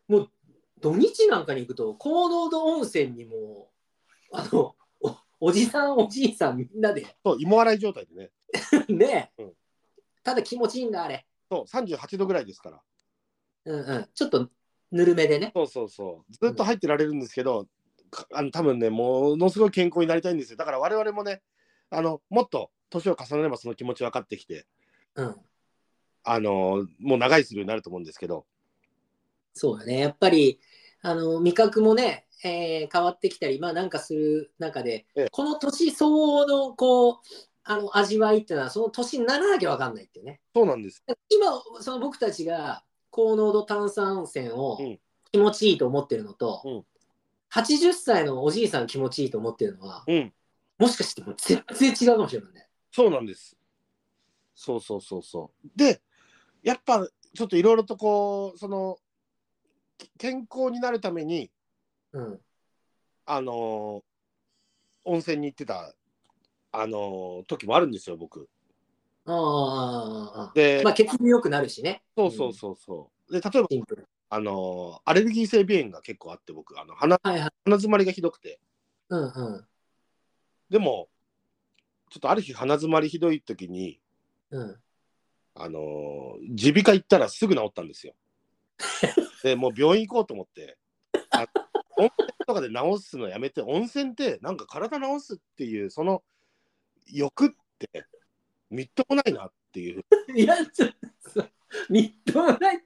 [SPEAKER 1] うもう土日なんかに行くと高濃度温泉にもうあのおおじさんおじいさんみんなで
[SPEAKER 2] そう、芋洗い状態でね。
[SPEAKER 1] ね、
[SPEAKER 2] うん
[SPEAKER 1] ただ気持ちいいんだあれ、
[SPEAKER 2] そう、38度ぐらいですから。
[SPEAKER 1] うんうん、ちょっとぬるめでね
[SPEAKER 2] そうそうそう。ずっと入ってられるんですけど、かあの多分ね、ものすごい健康になりたいんですよ。だから我々もね、あの、もっと年を重ねればその気持ち分かってきて、
[SPEAKER 1] うん
[SPEAKER 2] あの、もう長いするようになると思うんですけど、
[SPEAKER 1] そうだね。やっぱり、あの、味覚もね、えー変わってきたり、まあなんかする中で、
[SPEAKER 2] ええ
[SPEAKER 1] この年相応の、こう、あの、味わいっていうのは、その年にならなきゃわかんないっていうね。
[SPEAKER 2] そうなんです。
[SPEAKER 1] 今、その僕たちが高濃度炭酸泉を
[SPEAKER 2] うん
[SPEAKER 1] 気持ちいいと思ってるのと、
[SPEAKER 2] うん
[SPEAKER 1] 80歳のおじいさん気持ちいいと思ってるのは、
[SPEAKER 2] うん、
[SPEAKER 1] もしかしてもう全然違うかもしれないね。
[SPEAKER 2] そうなんです。そうそうそうそう。で、やっぱちょっといろいろとこう、その、け健康になるために、
[SPEAKER 1] うん。
[SPEAKER 2] あの温泉に行ってた、あの時もあるんですよ、僕。
[SPEAKER 1] ああああああ、
[SPEAKER 2] で、
[SPEAKER 1] まあ、血流良くなるしね。
[SPEAKER 2] そうそうそうそう。で、例えば、
[SPEAKER 1] シンプル。
[SPEAKER 2] あのーアレルギー性鼻炎が結構あって、僕、あの鼻
[SPEAKER 1] はいはい。
[SPEAKER 2] 鼻づまりがひどくて、
[SPEAKER 1] うんうん。
[SPEAKER 2] でも、ちょっとある日、鼻づまりひどい時に、
[SPEAKER 1] うん。
[SPEAKER 2] あのー耳鼻科行ったらすぐ治ったんです よ。で、もう病院行こうと思って、あ温泉とかで治すのやめて、温泉って、なんか体治すっていう、その欲って、みっともないなっていう、
[SPEAKER 1] いや、ちょっと、みっともない。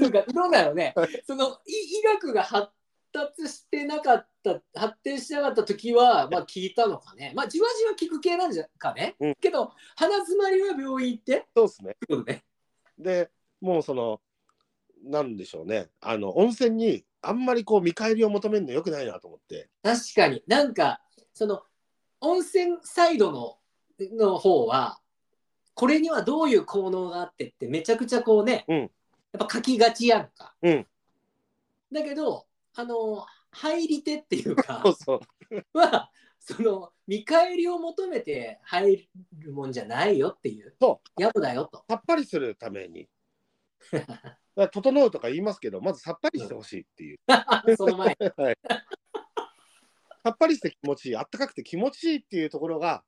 [SPEAKER 1] なんか、どうだろうね。その、い医学が発達してなかった発展してなかった時はまあ効いたのかねまあじわじわ効く系なんじゃかね、
[SPEAKER 2] うん
[SPEAKER 1] けど鼻づまりは病院行って
[SPEAKER 2] そうですね。
[SPEAKER 1] くるね
[SPEAKER 2] でもうそのなんでしょうねあの温泉にあんまりこう見返りを求めるのよくないなと思って
[SPEAKER 1] 確かになんかその温泉サイドのの方はこれにはどういう効能があってってめちゃくちゃこうね、
[SPEAKER 2] うん
[SPEAKER 1] やっぱ書きがちやんか、
[SPEAKER 2] うん
[SPEAKER 1] だけどあの入り手っていうか
[SPEAKER 2] そうそう
[SPEAKER 1] はその見返りを求めて入るもんじゃないよっていう
[SPEAKER 2] そ
[SPEAKER 1] やぶだよと
[SPEAKER 2] さっぱりするためにだから整うとか言いますけどまずさっぱりしてほしいっていう、
[SPEAKER 1] その前に
[SPEAKER 2] はいさっぱりして気持ちいいあったかくて気持ちいいっていうところが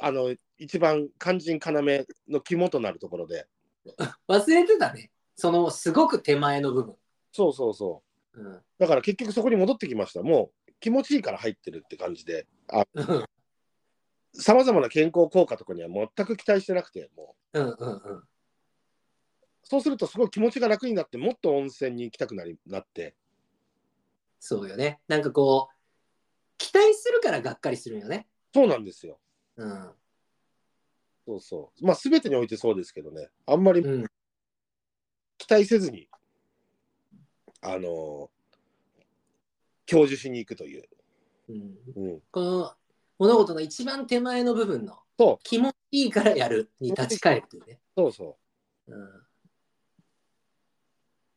[SPEAKER 2] あの一番肝心要の肝となるところで
[SPEAKER 1] 忘れてたねそのすごく手前の部分、
[SPEAKER 2] そうそうそう
[SPEAKER 1] うん
[SPEAKER 2] だから結局そこに戻ってきましたもう気持ちいいから入ってるって感じで
[SPEAKER 1] うん
[SPEAKER 2] さまざまな健康効果とかには全く期待してなくてもう
[SPEAKER 1] うんうんうん
[SPEAKER 2] そうするとすごい気持ちが楽になってもっと温泉に行きたくなりなって
[SPEAKER 1] そうよねなんかこう期待するからがっかりするよね
[SPEAKER 2] そうなんですよ
[SPEAKER 1] うん、
[SPEAKER 2] そうそうまあ全てにおいてそうですけどねあんまり
[SPEAKER 1] うん、
[SPEAKER 2] 期待せずに、あのー享受しに行くという、
[SPEAKER 1] うん
[SPEAKER 2] うん、
[SPEAKER 1] この物事の一番手前の部分の
[SPEAKER 2] そう
[SPEAKER 1] 気持ちいいからやるに立ち返るっていうね、
[SPEAKER 2] そうそう
[SPEAKER 1] うん、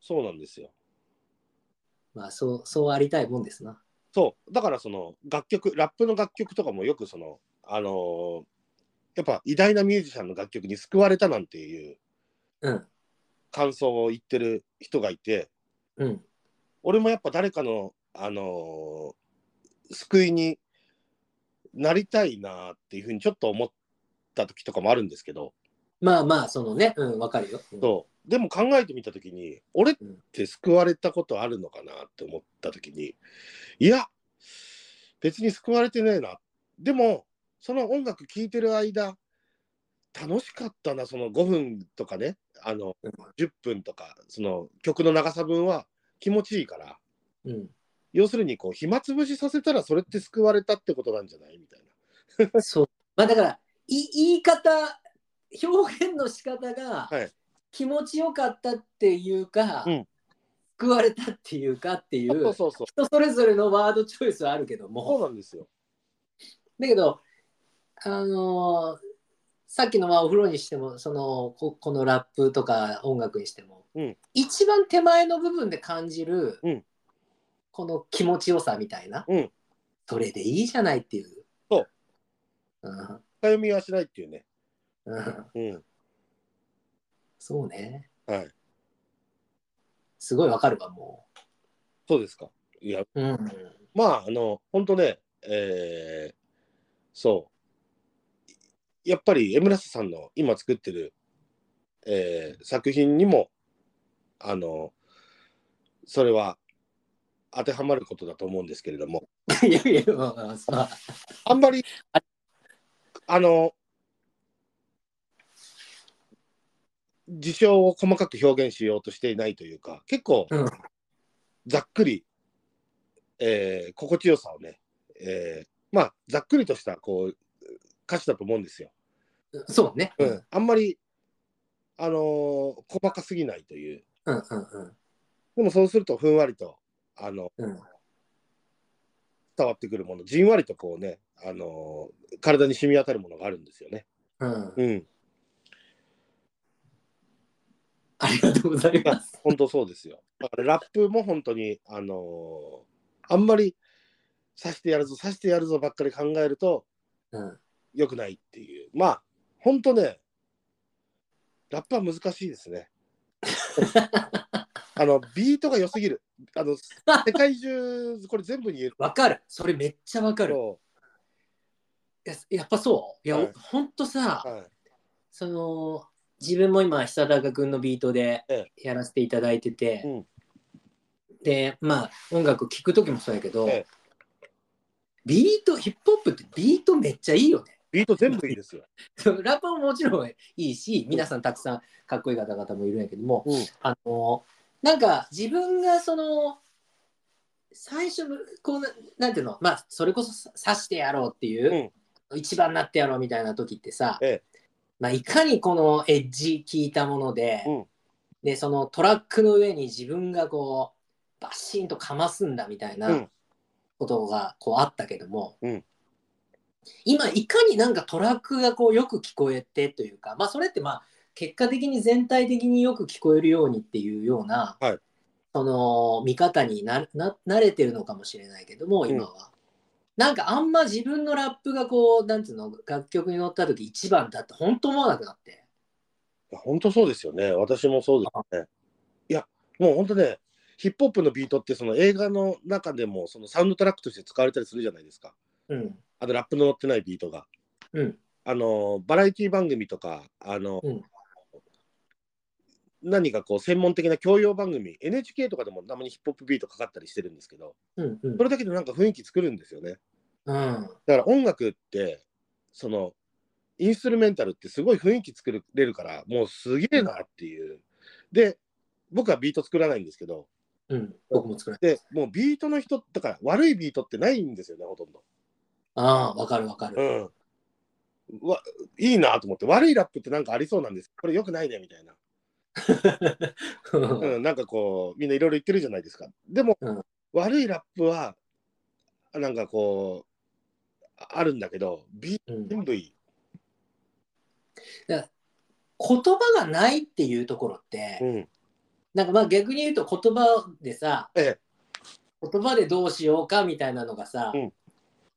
[SPEAKER 2] そうなんですよ
[SPEAKER 1] まあそうそうありたいもんですな
[SPEAKER 2] そうだからその楽曲ラップの楽曲とかもよくそのあのーやっぱ偉大なミュージシャンの楽曲に救われたなんていう
[SPEAKER 1] うん
[SPEAKER 2] 感想を言ってる人がいて
[SPEAKER 1] うん
[SPEAKER 2] 俺もやっぱ誰かの、あのー救いになりたいなっていうふうにちょっと思った時とかもあるんですけど、
[SPEAKER 1] まあまあそのねうんわかるよ、うん
[SPEAKER 2] そうでも考えてみた時に俺って救われたことあるのかなって思った時にいや別に救われてねえなでもその音楽聴いてる間楽しかったなその5分とかねあの
[SPEAKER 1] うん
[SPEAKER 2] 10分とかその曲の長さ分は気持ちいいから。
[SPEAKER 1] うん
[SPEAKER 2] 要するにこう暇つぶしさせたらそれって救われたってことなんじゃないみたい
[SPEAKER 1] そう。まあだから、い言い方、表現の仕方が
[SPEAKER 2] はい
[SPEAKER 1] 気持ちよかったっていうか、
[SPEAKER 2] うん
[SPEAKER 1] 救われたっていうかってい、
[SPEAKER 2] な。そううそうそう。
[SPEAKER 1] 人それぞれのワードチョイスはあるけど
[SPEAKER 2] そう
[SPEAKER 1] も、
[SPEAKER 2] なんです よ。
[SPEAKER 1] だけど、あのーさっきのまあお風呂にしても、そのここのラップとか音楽にしても、
[SPEAKER 2] うん
[SPEAKER 1] 一番手前の部分で感じる、
[SPEAKER 2] うん
[SPEAKER 1] この気持ちよさみたいな、
[SPEAKER 2] うん
[SPEAKER 1] それでいいじゃないっていう。
[SPEAKER 2] そう
[SPEAKER 1] うん
[SPEAKER 2] 深読みはしないっていうね。
[SPEAKER 1] うん
[SPEAKER 2] うん。
[SPEAKER 1] そうね。
[SPEAKER 2] はい。
[SPEAKER 1] すごいわかるわ、も
[SPEAKER 2] そうですか。いや、
[SPEAKER 1] う。うん。
[SPEAKER 2] まあ、あの、本当ね、えーそう。やっぱり、エムラスさんの今作ってる、えー作品にも、あの、それは当てはまることだと思うんですけれども、
[SPEAKER 1] いやいや、まあまあまあ
[SPEAKER 2] あんまり、あの、事象を細かく表現しようとしていないというか、結構
[SPEAKER 1] うん、
[SPEAKER 2] ざっくり、えー心地よさをね、えーまあ、ざっくりとした、こう、歌詞だと思うんですよ。
[SPEAKER 1] そうね。
[SPEAKER 2] う。ん。あんまり、あのー細かすぎないという。
[SPEAKER 1] うんうんうん。
[SPEAKER 2] でもそうすると、ふんわりと、あの、
[SPEAKER 1] うん
[SPEAKER 2] 伝わってくるもの、じんわりとこうね、あのー体に染み渡るものがあるんですよね。
[SPEAKER 1] うん、
[SPEAKER 2] うん。
[SPEAKER 1] ありがとうございます。
[SPEAKER 2] 本当そうですよ。 だからラップも本当に、あのーあんまり刺してやるぞ、刺してやるぞばっかり考えると
[SPEAKER 1] うん、
[SPEAKER 2] 良くないっていう。まあ、本当ね、ラップは難しいで すね。あの、ビートが良すぎる。あの、世界中、これ全部に言える
[SPEAKER 1] わかる。それめっちゃわか
[SPEAKER 2] け
[SPEAKER 1] る。
[SPEAKER 2] ど、
[SPEAKER 1] いややっぱそう。いや、
[SPEAKER 2] はい
[SPEAKER 1] ほんとさ、
[SPEAKER 2] はい、
[SPEAKER 1] その、自分も今、久高君のビートで
[SPEAKER 2] え
[SPEAKER 1] やらせていただいてて、
[SPEAKER 2] うん
[SPEAKER 1] で、まあ、音楽聴く時もそうやけど、
[SPEAKER 2] ええ
[SPEAKER 1] ビート、ヒップホップってビートめっちゃいいよね。
[SPEAKER 2] ビート全部いいですよ。
[SPEAKER 1] そうラッパーももちろんいいし皆さんたくさんかっこいい方々もいるんやけども
[SPEAKER 2] うん、
[SPEAKER 1] あのなんか自分がその最初のこうななんていうのまあそれこそ刺してやろうっていう、一番になってやろうみたいな時ってさ、
[SPEAKER 2] え
[SPEAKER 1] まあ、いかにこのエッジ効いたもので、
[SPEAKER 2] うん
[SPEAKER 1] でそのトラックの上に自分がこうバシーンとかますんだみたい
[SPEAKER 2] うん
[SPEAKER 1] なことがこうあったけども、
[SPEAKER 2] うん
[SPEAKER 1] 今いかになんかトラックがこうよく聞こえてというかまあそれってまあ結果的に全体的によく聞こえるようにっていうような、
[SPEAKER 2] はい
[SPEAKER 1] その見方になな慣れてるのかもしれないけども
[SPEAKER 2] ん
[SPEAKER 1] 今は、なんかあんま自分のラップがこうなんつうの楽曲に乗った時一番だって本当思わなくなって
[SPEAKER 2] いや本当そうですよね。私もそうですね。いや、もう本当ね、ヒップホップのビートってその映画の中でもそのサウンドトラックとして使われたりするじゃないですか。
[SPEAKER 1] うん
[SPEAKER 2] あとラップの乗ってないビートが。
[SPEAKER 1] うん
[SPEAKER 2] あの、バラエティ番組とか、あの、
[SPEAKER 1] うん
[SPEAKER 2] 何かこう専門的な教養番組 NHK とかでもたまにヒップホップビートかかったりしてるんですけど
[SPEAKER 1] うんうん
[SPEAKER 2] それだけでなんか雰囲気作るんですよね
[SPEAKER 1] うん
[SPEAKER 2] だから音楽ってそのインストゥルメンタルってすごい雰囲気作れるからもうすげえなっていうで僕はビート作らないんですけど
[SPEAKER 1] うん僕も作らない
[SPEAKER 2] でもうビートの人だから悪いビートってないんですよねほとんど
[SPEAKER 1] ああわかるわかる、
[SPEAKER 2] うんうわいいなと思って悪いラップってなんかありそうなんですこれよくないねみたいな、
[SPEAKER 1] うん
[SPEAKER 2] うん、なんかこうみんないろいろ言ってるじゃないですかでも、
[SPEAKER 1] うん
[SPEAKER 2] 悪いラップはなんかこうあるんだけどビート
[SPEAKER 1] うん
[SPEAKER 2] 全部いい、
[SPEAKER 1] 言葉がないっていうところって、
[SPEAKER 2] うん
[SPEAKER 1] なんかまあ逆に言うと言葉でさ、
[SPEAKER 2] え
[SPEAKER 1] 言葉でどうしようかみたいなのがさ、
[SPEAKER 2] うん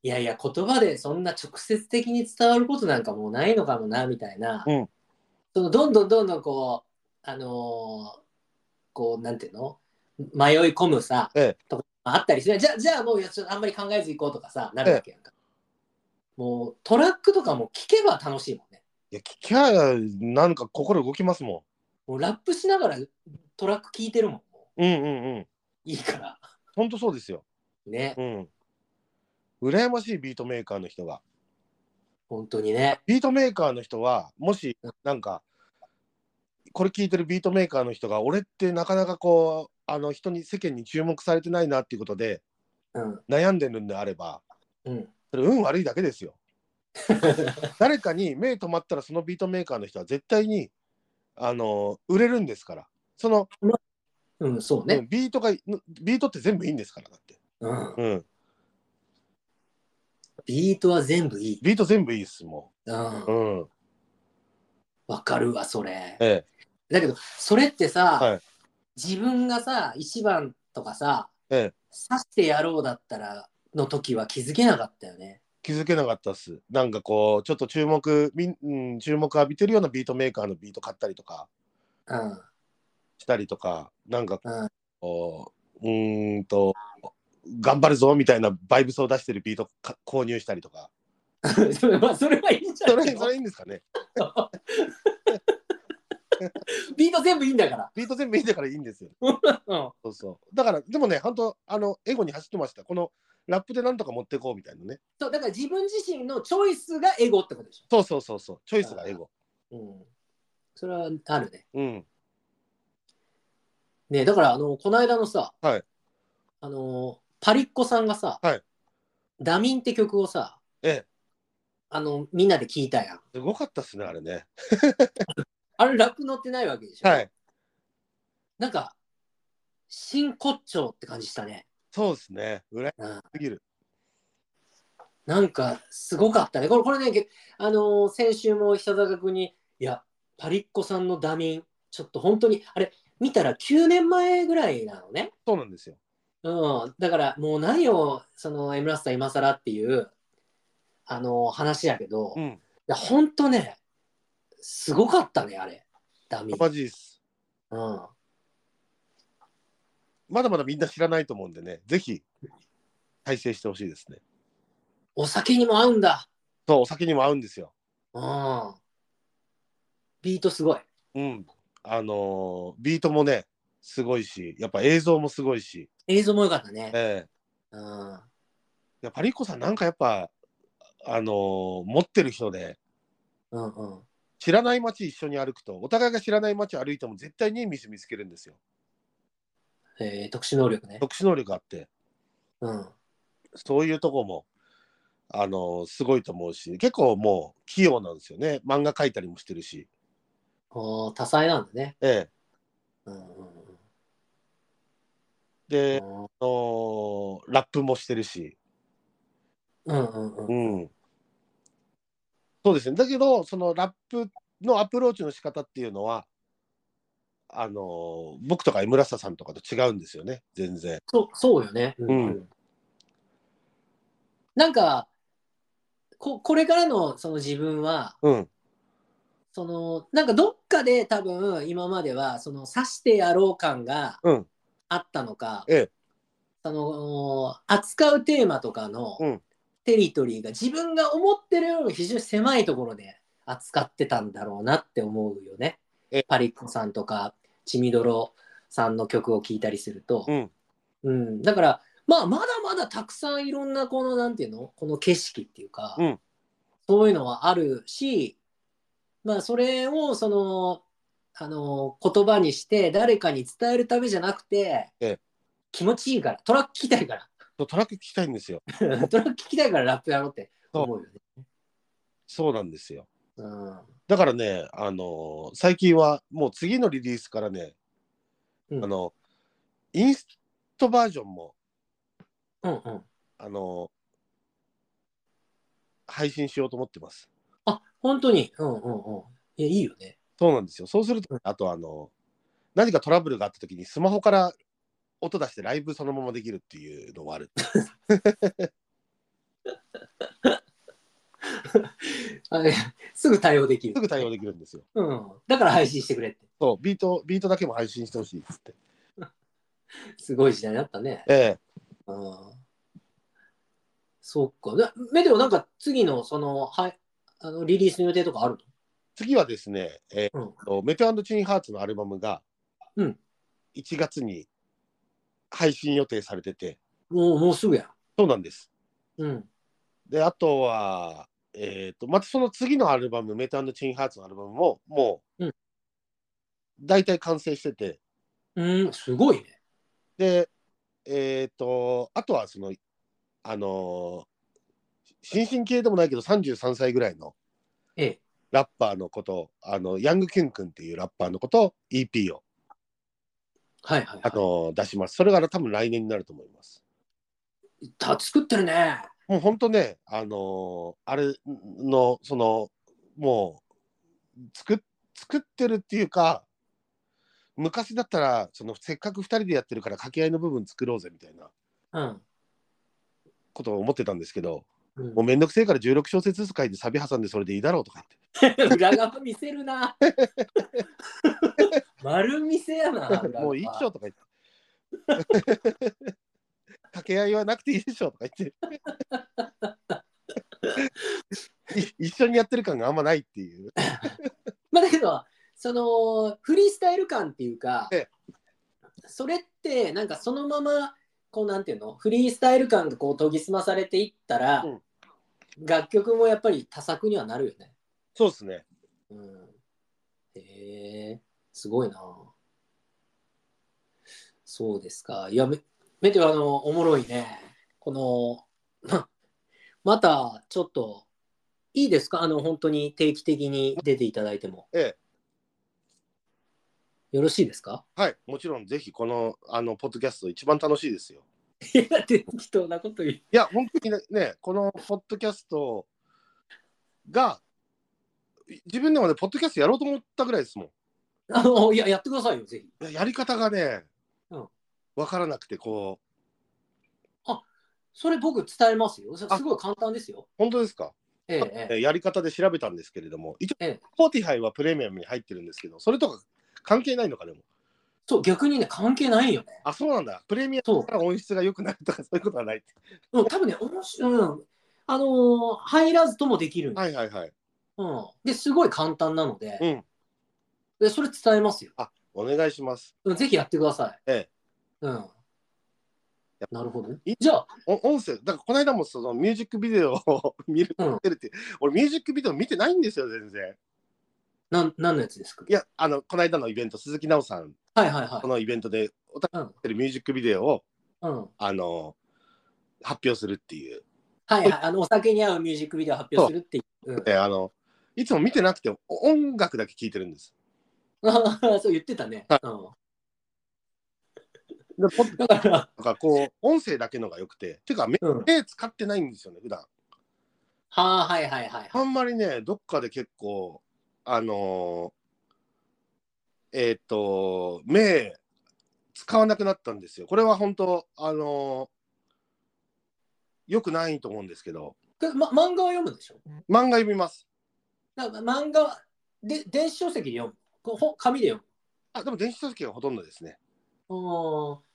[SPEAKER 1] いやいや言葉でそんな直接的に伝わることなんかもうないのかもなみたいな、
[SPEAKER 2] うん
[SPEAKER 1] そのどんどんどんどんこうあのーこうなんていうの迷い込むさ、
[SPEAKER 2] え
[SPEAKER 1] とかあったりするじゃあじゃあもういやちょっとあんまり考えずいこうとかさなるわけやんか、もうトラックとかも聞けば楽しいもんね
[SPEAKER 2] いや聞きゃなんか心動きますも
[SPEAKER 1] もうラップしながらトラック聞いてるもんも
[SPEAKER 2] んうんうんうん
[SPEAKER 1] ういいから
[SPEAKER 2] ほんとそうですよ
[SPEAKER 1] ね、
[SPEAKER 2] うん羨ましいビートメーカーの人が
[SPEAKER 1] 本当にね
[SPEAKER 2] ビートメーカーの人はもしなんかこれ聞いてるビートメーカーの人が俺ってなかなかこうあの人に世間に注目されてないなっていうことで
[SPEAKER 1] うん
[SPEAKER 2] 悩んでるんであれば
[SPEAKER 1] うん
[SPEAKER 2] それ運悪いだけですよ誰かに目止まったらそのビートメーカーの人は絶対にあの売れるんですからその、
[SPEAKER 1] うんそうね
[SPEAKER 2] うんビートがビートって全部いいんですからだって、
[SPEAKER 1] うん
[SPEAKER 2] うん、
[SPEAKER 1] ビートは全部いい
[SPEAKER 2] ビート全部いいっすも
[SPEAKER 1] うん
[SPEAKER 2] う、うん、
[SPEAKER 1] わかるわそれ
[SPEAKER 2] ええ
[SPEAKER 1] だけどそれってさ、
[SPEAKER 2] はい
[SPEAKER 1] 自分がさ一番とかさ、
[SPEAKER 2] ええ
[SPEAKER 1] 刺してやろうだったらの時は気づけなかったよね
[SPEAKER 2] 気づけなかったっすなんかこうちょっと注目みん、うん、注目浴びてるようなビートメーカーのビート買ったりとか
[SPEAKER 1] うん
[SPEAKER 2] したりとかなんか
[SPEAKER 1] うん
[SPEAKER 2] こううーんと頑張るぞみたいなバイブスを出してるビートか購入したりとか
[SPEAKER 1] それはそれはいいんじゃ
[SPEAKER 2] そ
[SPEAKER 1] な
[SPEAKER 2] れ
[SPEAKER 1] い
[SPEAKER 2] それいいんですかね
[SPEAKER 1] ビート全部いいんだから
[SPEAKER 2] ビート全部いいんだからいいんですよ
[SPEAKER 1] うん
[SPEAKER 2] そうそうだからでもね本当あのエゴに走ってましたこのラップでなんとか持ってこうみたいなね
[SPEAKER 1] そうだから自分自身のチョイスがエゴってことでし
[SPEAKER 2] そうそうそうそうチョイスがエゴ
[SPEAKER 1] ょ、うん、それはあるね
[SPEAKER 2] うん
[SPEAKER 1] ねだからあのこの間のさ、
[SPEAKER 2] はい
[SPEAKER 1] あのパリッコさんがさ「
[SPEAKER 2] はい
[SPEAKER 1] ダミン」って曲をさ
[SPEAKER 2] ええ
[SPEAKER 1] あのみんなで聴いたやん
[SPEAKER 2] すごかったっすねあれね
[SPEAKER 1] あれラップ乗ってないわけでしょ、
[SPEAKER 2] はい
[SPEAKER 1] なんか真骨頂って感じしたね、
[SPEAKER 2] そうですね羨ま
[SPEAKER 1] うん、
[SPEAKER 2] しすぎる
[SPEAKER 1] なんかすごかったねこれこれねけあの先週も久坂君に「いやパリッコさんのダミンちょっと本当にあれ見たら9年前ぐらいなのね
[SPEAKER 2] そうなんですよ
[SPEAKER 1] うん、だからもう何をその M ラスター今更っていうあの話やけど、
[SPEAKER 2] う
[SPEAKER 1] い
[SPEAKER 2] ん
[SPEAKER 1] やほんとねすごかったねあれダミ
[SPEAKER 2] パ
[SPEAKER 1] ー、
[SPEAKER 2] パジース
[SPEAKER 1] うん、
[SPEAKER 2] まだまだみんな知らないと思うんでね、ぜひ、再生してほしいですね。
[SPEAKER 1] お酒にも合うんだ、
[SPEAKER 2] そう、お酒にも合うんですよ。
[SPEAKER 1] うん、ビートすごい、
[SPEAKER 2] うん。あのービートもね、すごいし、やっぱ映像もすごいし、
[SPEAKER 1] 映像も良かったね、
[SPEAKER 2] ええ
[SPEAKER 1] うん、
[SPEAKER 2] いやパリコさんなんかやっぱ、あのー持ってる人で、
[SPEAKER 1] うんうん
[SPEAKER 2] 知らない街一緒に歩くと、お互いが知らない街歩いても絶対にいい店見つけるんですよ。
[SPEAKER 1] えー特殊能力ね
[SPEAKER 2] 特殊能力があって。
[SPEAKER 1] うん。
[SPEAKER 2] そういうとこも、あの、すごいと思うし、結構もう器用なんですよね。漫画描いたりもしてるし。
[SPEAKER 1] ああ、多彩なんだね。
[SPEAKER 2] ええ。
[SPEAKER 1] うんうんうん
[SPEAKER 2] で、あのラップもしてるし。
[SPEAKER 1] うんうんうん。
[SPEAKER 2] うん。そうですね。だけど、そのラップのアプローチの仕方っていうのは、あの僕とか井村下さんとかと違うんですよね、全然。
[SPEAKER 1] そうそうよね。うんなんかこ、これからのその自分は、
[SPEAKER 2] うん。
[SPEAKER 1] そのなんかどっかで多分今まではその刺してやろう感が
[SPEAKER 2] うん
[SPEAKER 1] あったのか、
[SPEAKER 2] ええ
[SPEAKER 1] その扱うテーマとかの
[SPEAKER 2] うん
[SPEAKER 1] テリトリーが自分が思ってるよりも非常に狭いところで扱ってたんだろうなって思うよね
[SPEAKER 2] ええ。
[SPEAKER 1] パリッコさんとかちみどろさんの曲を聴いたりすると。
[SPEAKER 2] うん。
[SPEAKER 1] うん、だから、まあ、まだまだたくさんいろんなこのなんていうのこの景色っていうか、
[SPEAKER 2] うん
[SPEAKER 1] そういうのはあるし、まあ、それをそのあの言葉にして誰かに伝えるためじゃなくて、
[SPEAKER 2] ええ
[SPEAKER 1] 気持ちいいからトラック聴きたいか
[SPEAKER 2] そうトラック聞きたいんですよ。
[SPEAKER 1] ら トラック聴きたいからラップやろうって思うよね。
[SPEAKER 2] そうなんですよ。
[SPEAKER 1] うん
[SPEAKER 2] だからね、あの最近はもう次のリリースからね、
[SPEAKER 1] うん
[SPEAKER 2] あの、インストバージョンも、
[SPEAKER 1] うんうん、
[SPEAKER 2] あの配信しようと思ってます。
[SPEAKER 1] あ本当に、うんうんうん、いやいいよね。
[SPEAKER 2] そうなんですよ。そうすると、あとあの、何かトラブルがあった時にスマホから音出してライブそのままできるっていうのもある。
[SPEAKER 1] あいやすぐ対応でき
[SPEAKER 2] す
[SPEAKER 1] る、
[SPEAKER 2] ぐ対応できるんですよ。
[SPEAKER 1] うん。だから配信してくれって。
[SPEAKER 2] そう、ビート、ビートだけも配信してほしいっつって。
[SPEAKER 1] すごい時代になったね。
[SPEAKER 2] ええ
[SPEAKER 1] ああ。そっか。なメデオなんか次のその、はい、あのリリースの予定とかある
[SPEAKER 2] 次はですね、え
[SPEAKER 1] の
[SPEAKER 2] ーとメテオチンハーツのアルバムが
[SPEAKER 1] うん
[SPEAKER 2] 1月に配信予定されてて、
[SPEAKER 1] うん。もう、もうすぐや。
[SPEAKER 2] そうなんです。
[SPEAKER 1] うん。
[SPEAKER 2] で、あとは、えー、とまたその次のアルバム、メテオチンハーツのアルバムも、も
[SPEAKER 1] う、
[SPEAKER 2] うん大体完成してて、
[SPEAKER 1] うん、すごいね。
[SPEAKER 2] で、えっ、と、あとはその、あのー新進系でもないけど、33歳ぐらいの
[SPEAKER 1] ええ。
[SPEAKER 2] ラッパーのこと、あの、ヤングキュン君っていうラッパーのこと、EP を、
[SPEAKER 1] はいはい、
[SPEAKER 2] あ
[SPEAKER 1] は
[SPEAKER 2] のー出します。それが多分来年になると思います。
[SPEAKER 1] い。た作ってるね。
[SPEAKER 2] もう本当ね、あのーあれの、その、もう、作っ作ってるっていうか、昔だったら、その、せっかく2人でやってるから、掛け合いの部分作ろうぜみたいな
[SPEAKER 1] うん。
[SPEAKER 2] ことを思ってたんですけど、
[SPEAKER 1] うん
[SPEAKER 2] もうめんどくせえから16小節ずつ書いてサビ挟んでそれでいいだろうとか
[SPEAKER 1] 裏側見せるな。 丸見せやな。
[SPEAKER 2] 言っ
[SPEAKER 1] 裏
[SPEAKER 2] て、
[SPEAKER 1] 側
[SPEAKER 2] もういいっしょとか言って。 掛け合いはなくていいでしょとか 言ってい一緒にやってる感があんまないっていう
[SPEAKER 1] まあだけどそのフリースタイル感っていうか、
[SPEAKER 2] え
[SPEAKER 1] それってなんかそのままこうなんていうのフリースタイル感がこう研ぎ澄まされていったら、
[SPEAKER 2] うん
[SPEAKER 1] 楽曲もやっぱり多作にはなるよね。
[SPEAKER 2] そうですね
[SPEAKER 1] うん、へえすごいな。そうですか。いやめめてあのおもろいね。このままたちょっといいですかあの本当に定期的に出ていただいても。
[SPEAKER 2] え
[SPEAKER 1] よろしいですか
[SPEAKER 2] えはいもちろんぜひこのあのポッドキャスト一番楽しいですよ
[SPEAKER 1] いや、適当なこと言う。
[SPEAKER 2] いや本当にねこのポッドキャストが自分でもねポッドキャストやろうと思ったぐらいですもん
[SPEAKER 1] あの、いや、やってくださいよ、ぜひ。
[SPEAKER 2] いややり方がね、
[SPEAKER 1] うん
[SPEAKER 2] 分からなくてこう
[SPEAKER 1] それ僕伝えますよ。そ
[SPEAKER 2] あ
[SPEAKER 1] すごい簡単ですよ。
[SPEAKER 2] 本当ですか、
[SPEAKER 1] ええ、ええ。
[SPEAKER 2] えやり方で調べたんですけれども一応、
[SPEAKER 1] ええ
[SPEAKER 2] Spotify はプレミアムに入ってるんですけどそれとか関係ないのかでも
[SPEAKER 1] そう、逆にね、関係ないよね。
[SPEAKER 2] あそうなんだプレミア
[SPEAKER 1] そう
[SPEAKER 2] ムから音質が良くなるとかそういうことはないって
[SPEAKER 1] うん、多分ね、面白い。うん。あのー入らずともできる、
[SPEAKER 2] はいはいはい
[SPEAKER 1] うん。で、すごい簡単なので、
[SPEAKER 2] うん
[SPEAKER 1] でそれ伝えますよ。
[SPEAKER 2] お願いします
[SPEAKER 1] うんぜひやってください。
[SPEAKER 2] ええ
[SPEAKER 1] うん。なるほどね
[SPEAKER 2] い。
[SPEAKER 1] じゃあ、
[SPEAKER 2] お音声だからこの間もそのミュージックビデオを見る
[SPEAKER 1] うん
[SPEAKER 2] 見てるって、俺ミュージックビデオ見てないんですよ全然
[SPEAKER 1] なん何のやつですか
[SPEAKER 2] いやあのこの間のイベント鈴木奈緒さん
[SPEAKER 1] はいはいは
[SPEAKER 2] このイベントでお互い
[SPEAKER 1] い。うん
[SPEAKER 2] やってるミュージックビデオを
[SPEAKER 1] うん。
[SPEAKER 2] あの発表するっていう。
[SPEAKER 1] はいはい、あのお酒に合うミュージックビデオを発表するっていう。うん
[SPEAKER 2] えーあの、いつも見てなくてお音楽だけ聞いてるんです。
[SPEAKER 1] あー そう言ってたね。う
[SPEAKER 2] でポッ
[SPEAKER 1] ん、だから、
[SPEAKER 2] なんかこう、音声だけのが良くて、ていうか目、
[SPEAKER 1] うん
[SPEAKER 2] 目使ってないんですよね、普段。
[SPEAKER 1] はあ、はいはいはい
[SPEAKER 2] あ
[SPEAKER 1] はい。
[SPEAKER 2] んまりね、どっかで結構、あのーえっ、と、目、使わなくなったんですよ。これは本当、あのー、よくないと思うんですけど、
[SPEAKER 1] これま、漫画は読むでしょ
[SPEAKER 2] 漫画読みます。
[SPEAKER 1] だから漫画はで電子書籍で読む。こう本紙で読
[SPEAKER 2] あ、でも電子書籍がほとんどですね。
[SPEAKER 1] む。おー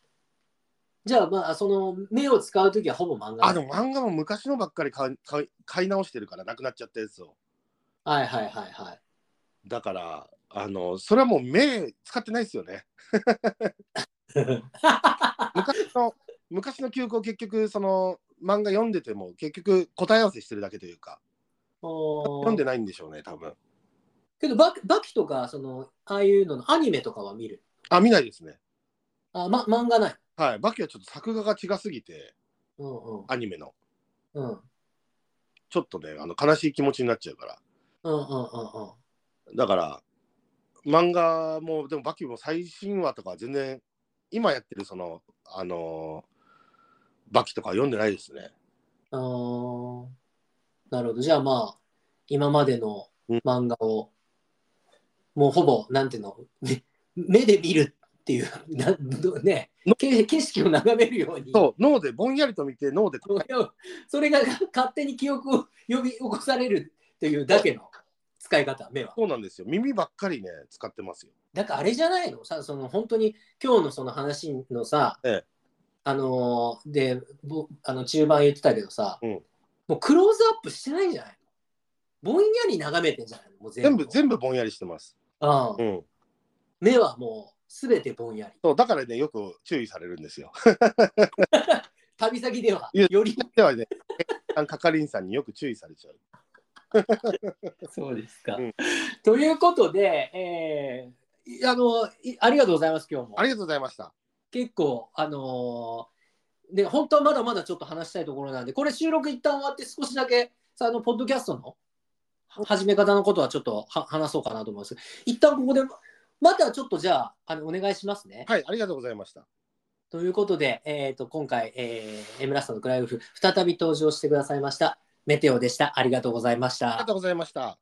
[SPEAKER 1] じゃあ、まあ、その目を使うときはほぼ漫画
[SPEAKER 2] あ、でも漫画も昔のばっかり買い買い買い直してるから、なくなっちゃったやつを。
[SPEAKER 1] はいはいはいはい。
[SPEAKER 2] だから、あの、それはもう目使ってないですよね。昔の、昔の記憶を結局、その、漫画読んでても、結局答え合わせしてるだけというか、
[SPEAKER 1] おー
[SPEAKER 2] 読んでないんでしょうね、多分。
[SPEAKER 1] けどバキ、バキとか、その、ああいうののアニメとかは見る。
[SPEAKER 2] あ、見ないですね。
[SPEAKER 1] あ、ま、漫画ない。
[SPEAKER 2] はい。バキはちょっと作画が違すぎて、
[SPEAKER 1] うんうん。
[SPEAKER 2] アニメの。
[SPEAKER 1] うんうん
[SPEAKER 2] ちょっとね、あの、悲しい気持ちになっちゃうから。
[SPEAKER 1] うんうんうん。
[SPEAKER 2] だから、漫画も、でもバキも最新話とかは全然、今やってるその、あのーバキとかは読んでないですね。
[SPEAKER 1] あーなるほど。じゃあまあ、今までの漫画を、もうほぼ、なんていうの、ね目で見るっていう、なん どね
[SPEAKER 2] の、
[SPEAKER 1] 景景色を眺めるように。
[SPEAKER 2] そう、脳でぼんやりと見て、脳で
[SPEAKER 1] それをそれが勝手に記憶を呼び起こされるっていうだけの使い方、目は。
[SPEAKER 2] そうなんですよ。耳ばっかりね、使ってますよ。
[SPEAKER 1] だからあれじゃないのさその本当に今日のその話のさ、
[SPEAKER 2] ええ
[SPEAKER 1] あのーでぼあの中盤言ってたけどさ、
[SPEAKER 2] うん
[SPEAKER 1] もうクローズアップしてないんじゃないのぼんやり眺めてんじゃないのもう
[SPEAKER 2] 全
[SPEAKER 1] 全部
[SPEAKER 2] 部、全部ぼんやりしてます。
[SPEAKER 1] ああ
[SPEAKER 2] うん。
[SPEAKER 1] 目はもう全てぼんやり
[SPEAKER 2] そう、だからね、よく注意されるんですよ。
[SPEAKER 1] 旅先ではい
[SPEAKER 2] や
[SPEAKER 1] より
[SPEAKER 2] ではね、係員さんによく注意されちゃう。
[SPEAKER 1] そうですか、
[SPEAKER 2] うん
[SPEAKER 1] ということで、えーいあのいありがとうございます今日も
[SPEAKER 2] ありがとうございました。
[SPEAKER 1] 結構あのーね本当はまだまだちょっと話したいところなんでこれ収録一旦終わって少しだけさあのポッドキャストのは始め方のことはちょっとは話そうかなと思います一旦ここでまたちょっとじゃああのお願いしますね。
[SPEAKER 2] はい、ありがとうございました。
[SPEAKER 1] ということで、えー、と今回、えー、エムラストのクライフ再び登場してくださいましたメテオでしたありがとうございまし
[SPEAKER 2] あり
[SPEAKER 1] た
[SPEAKER 2] が。とうございました。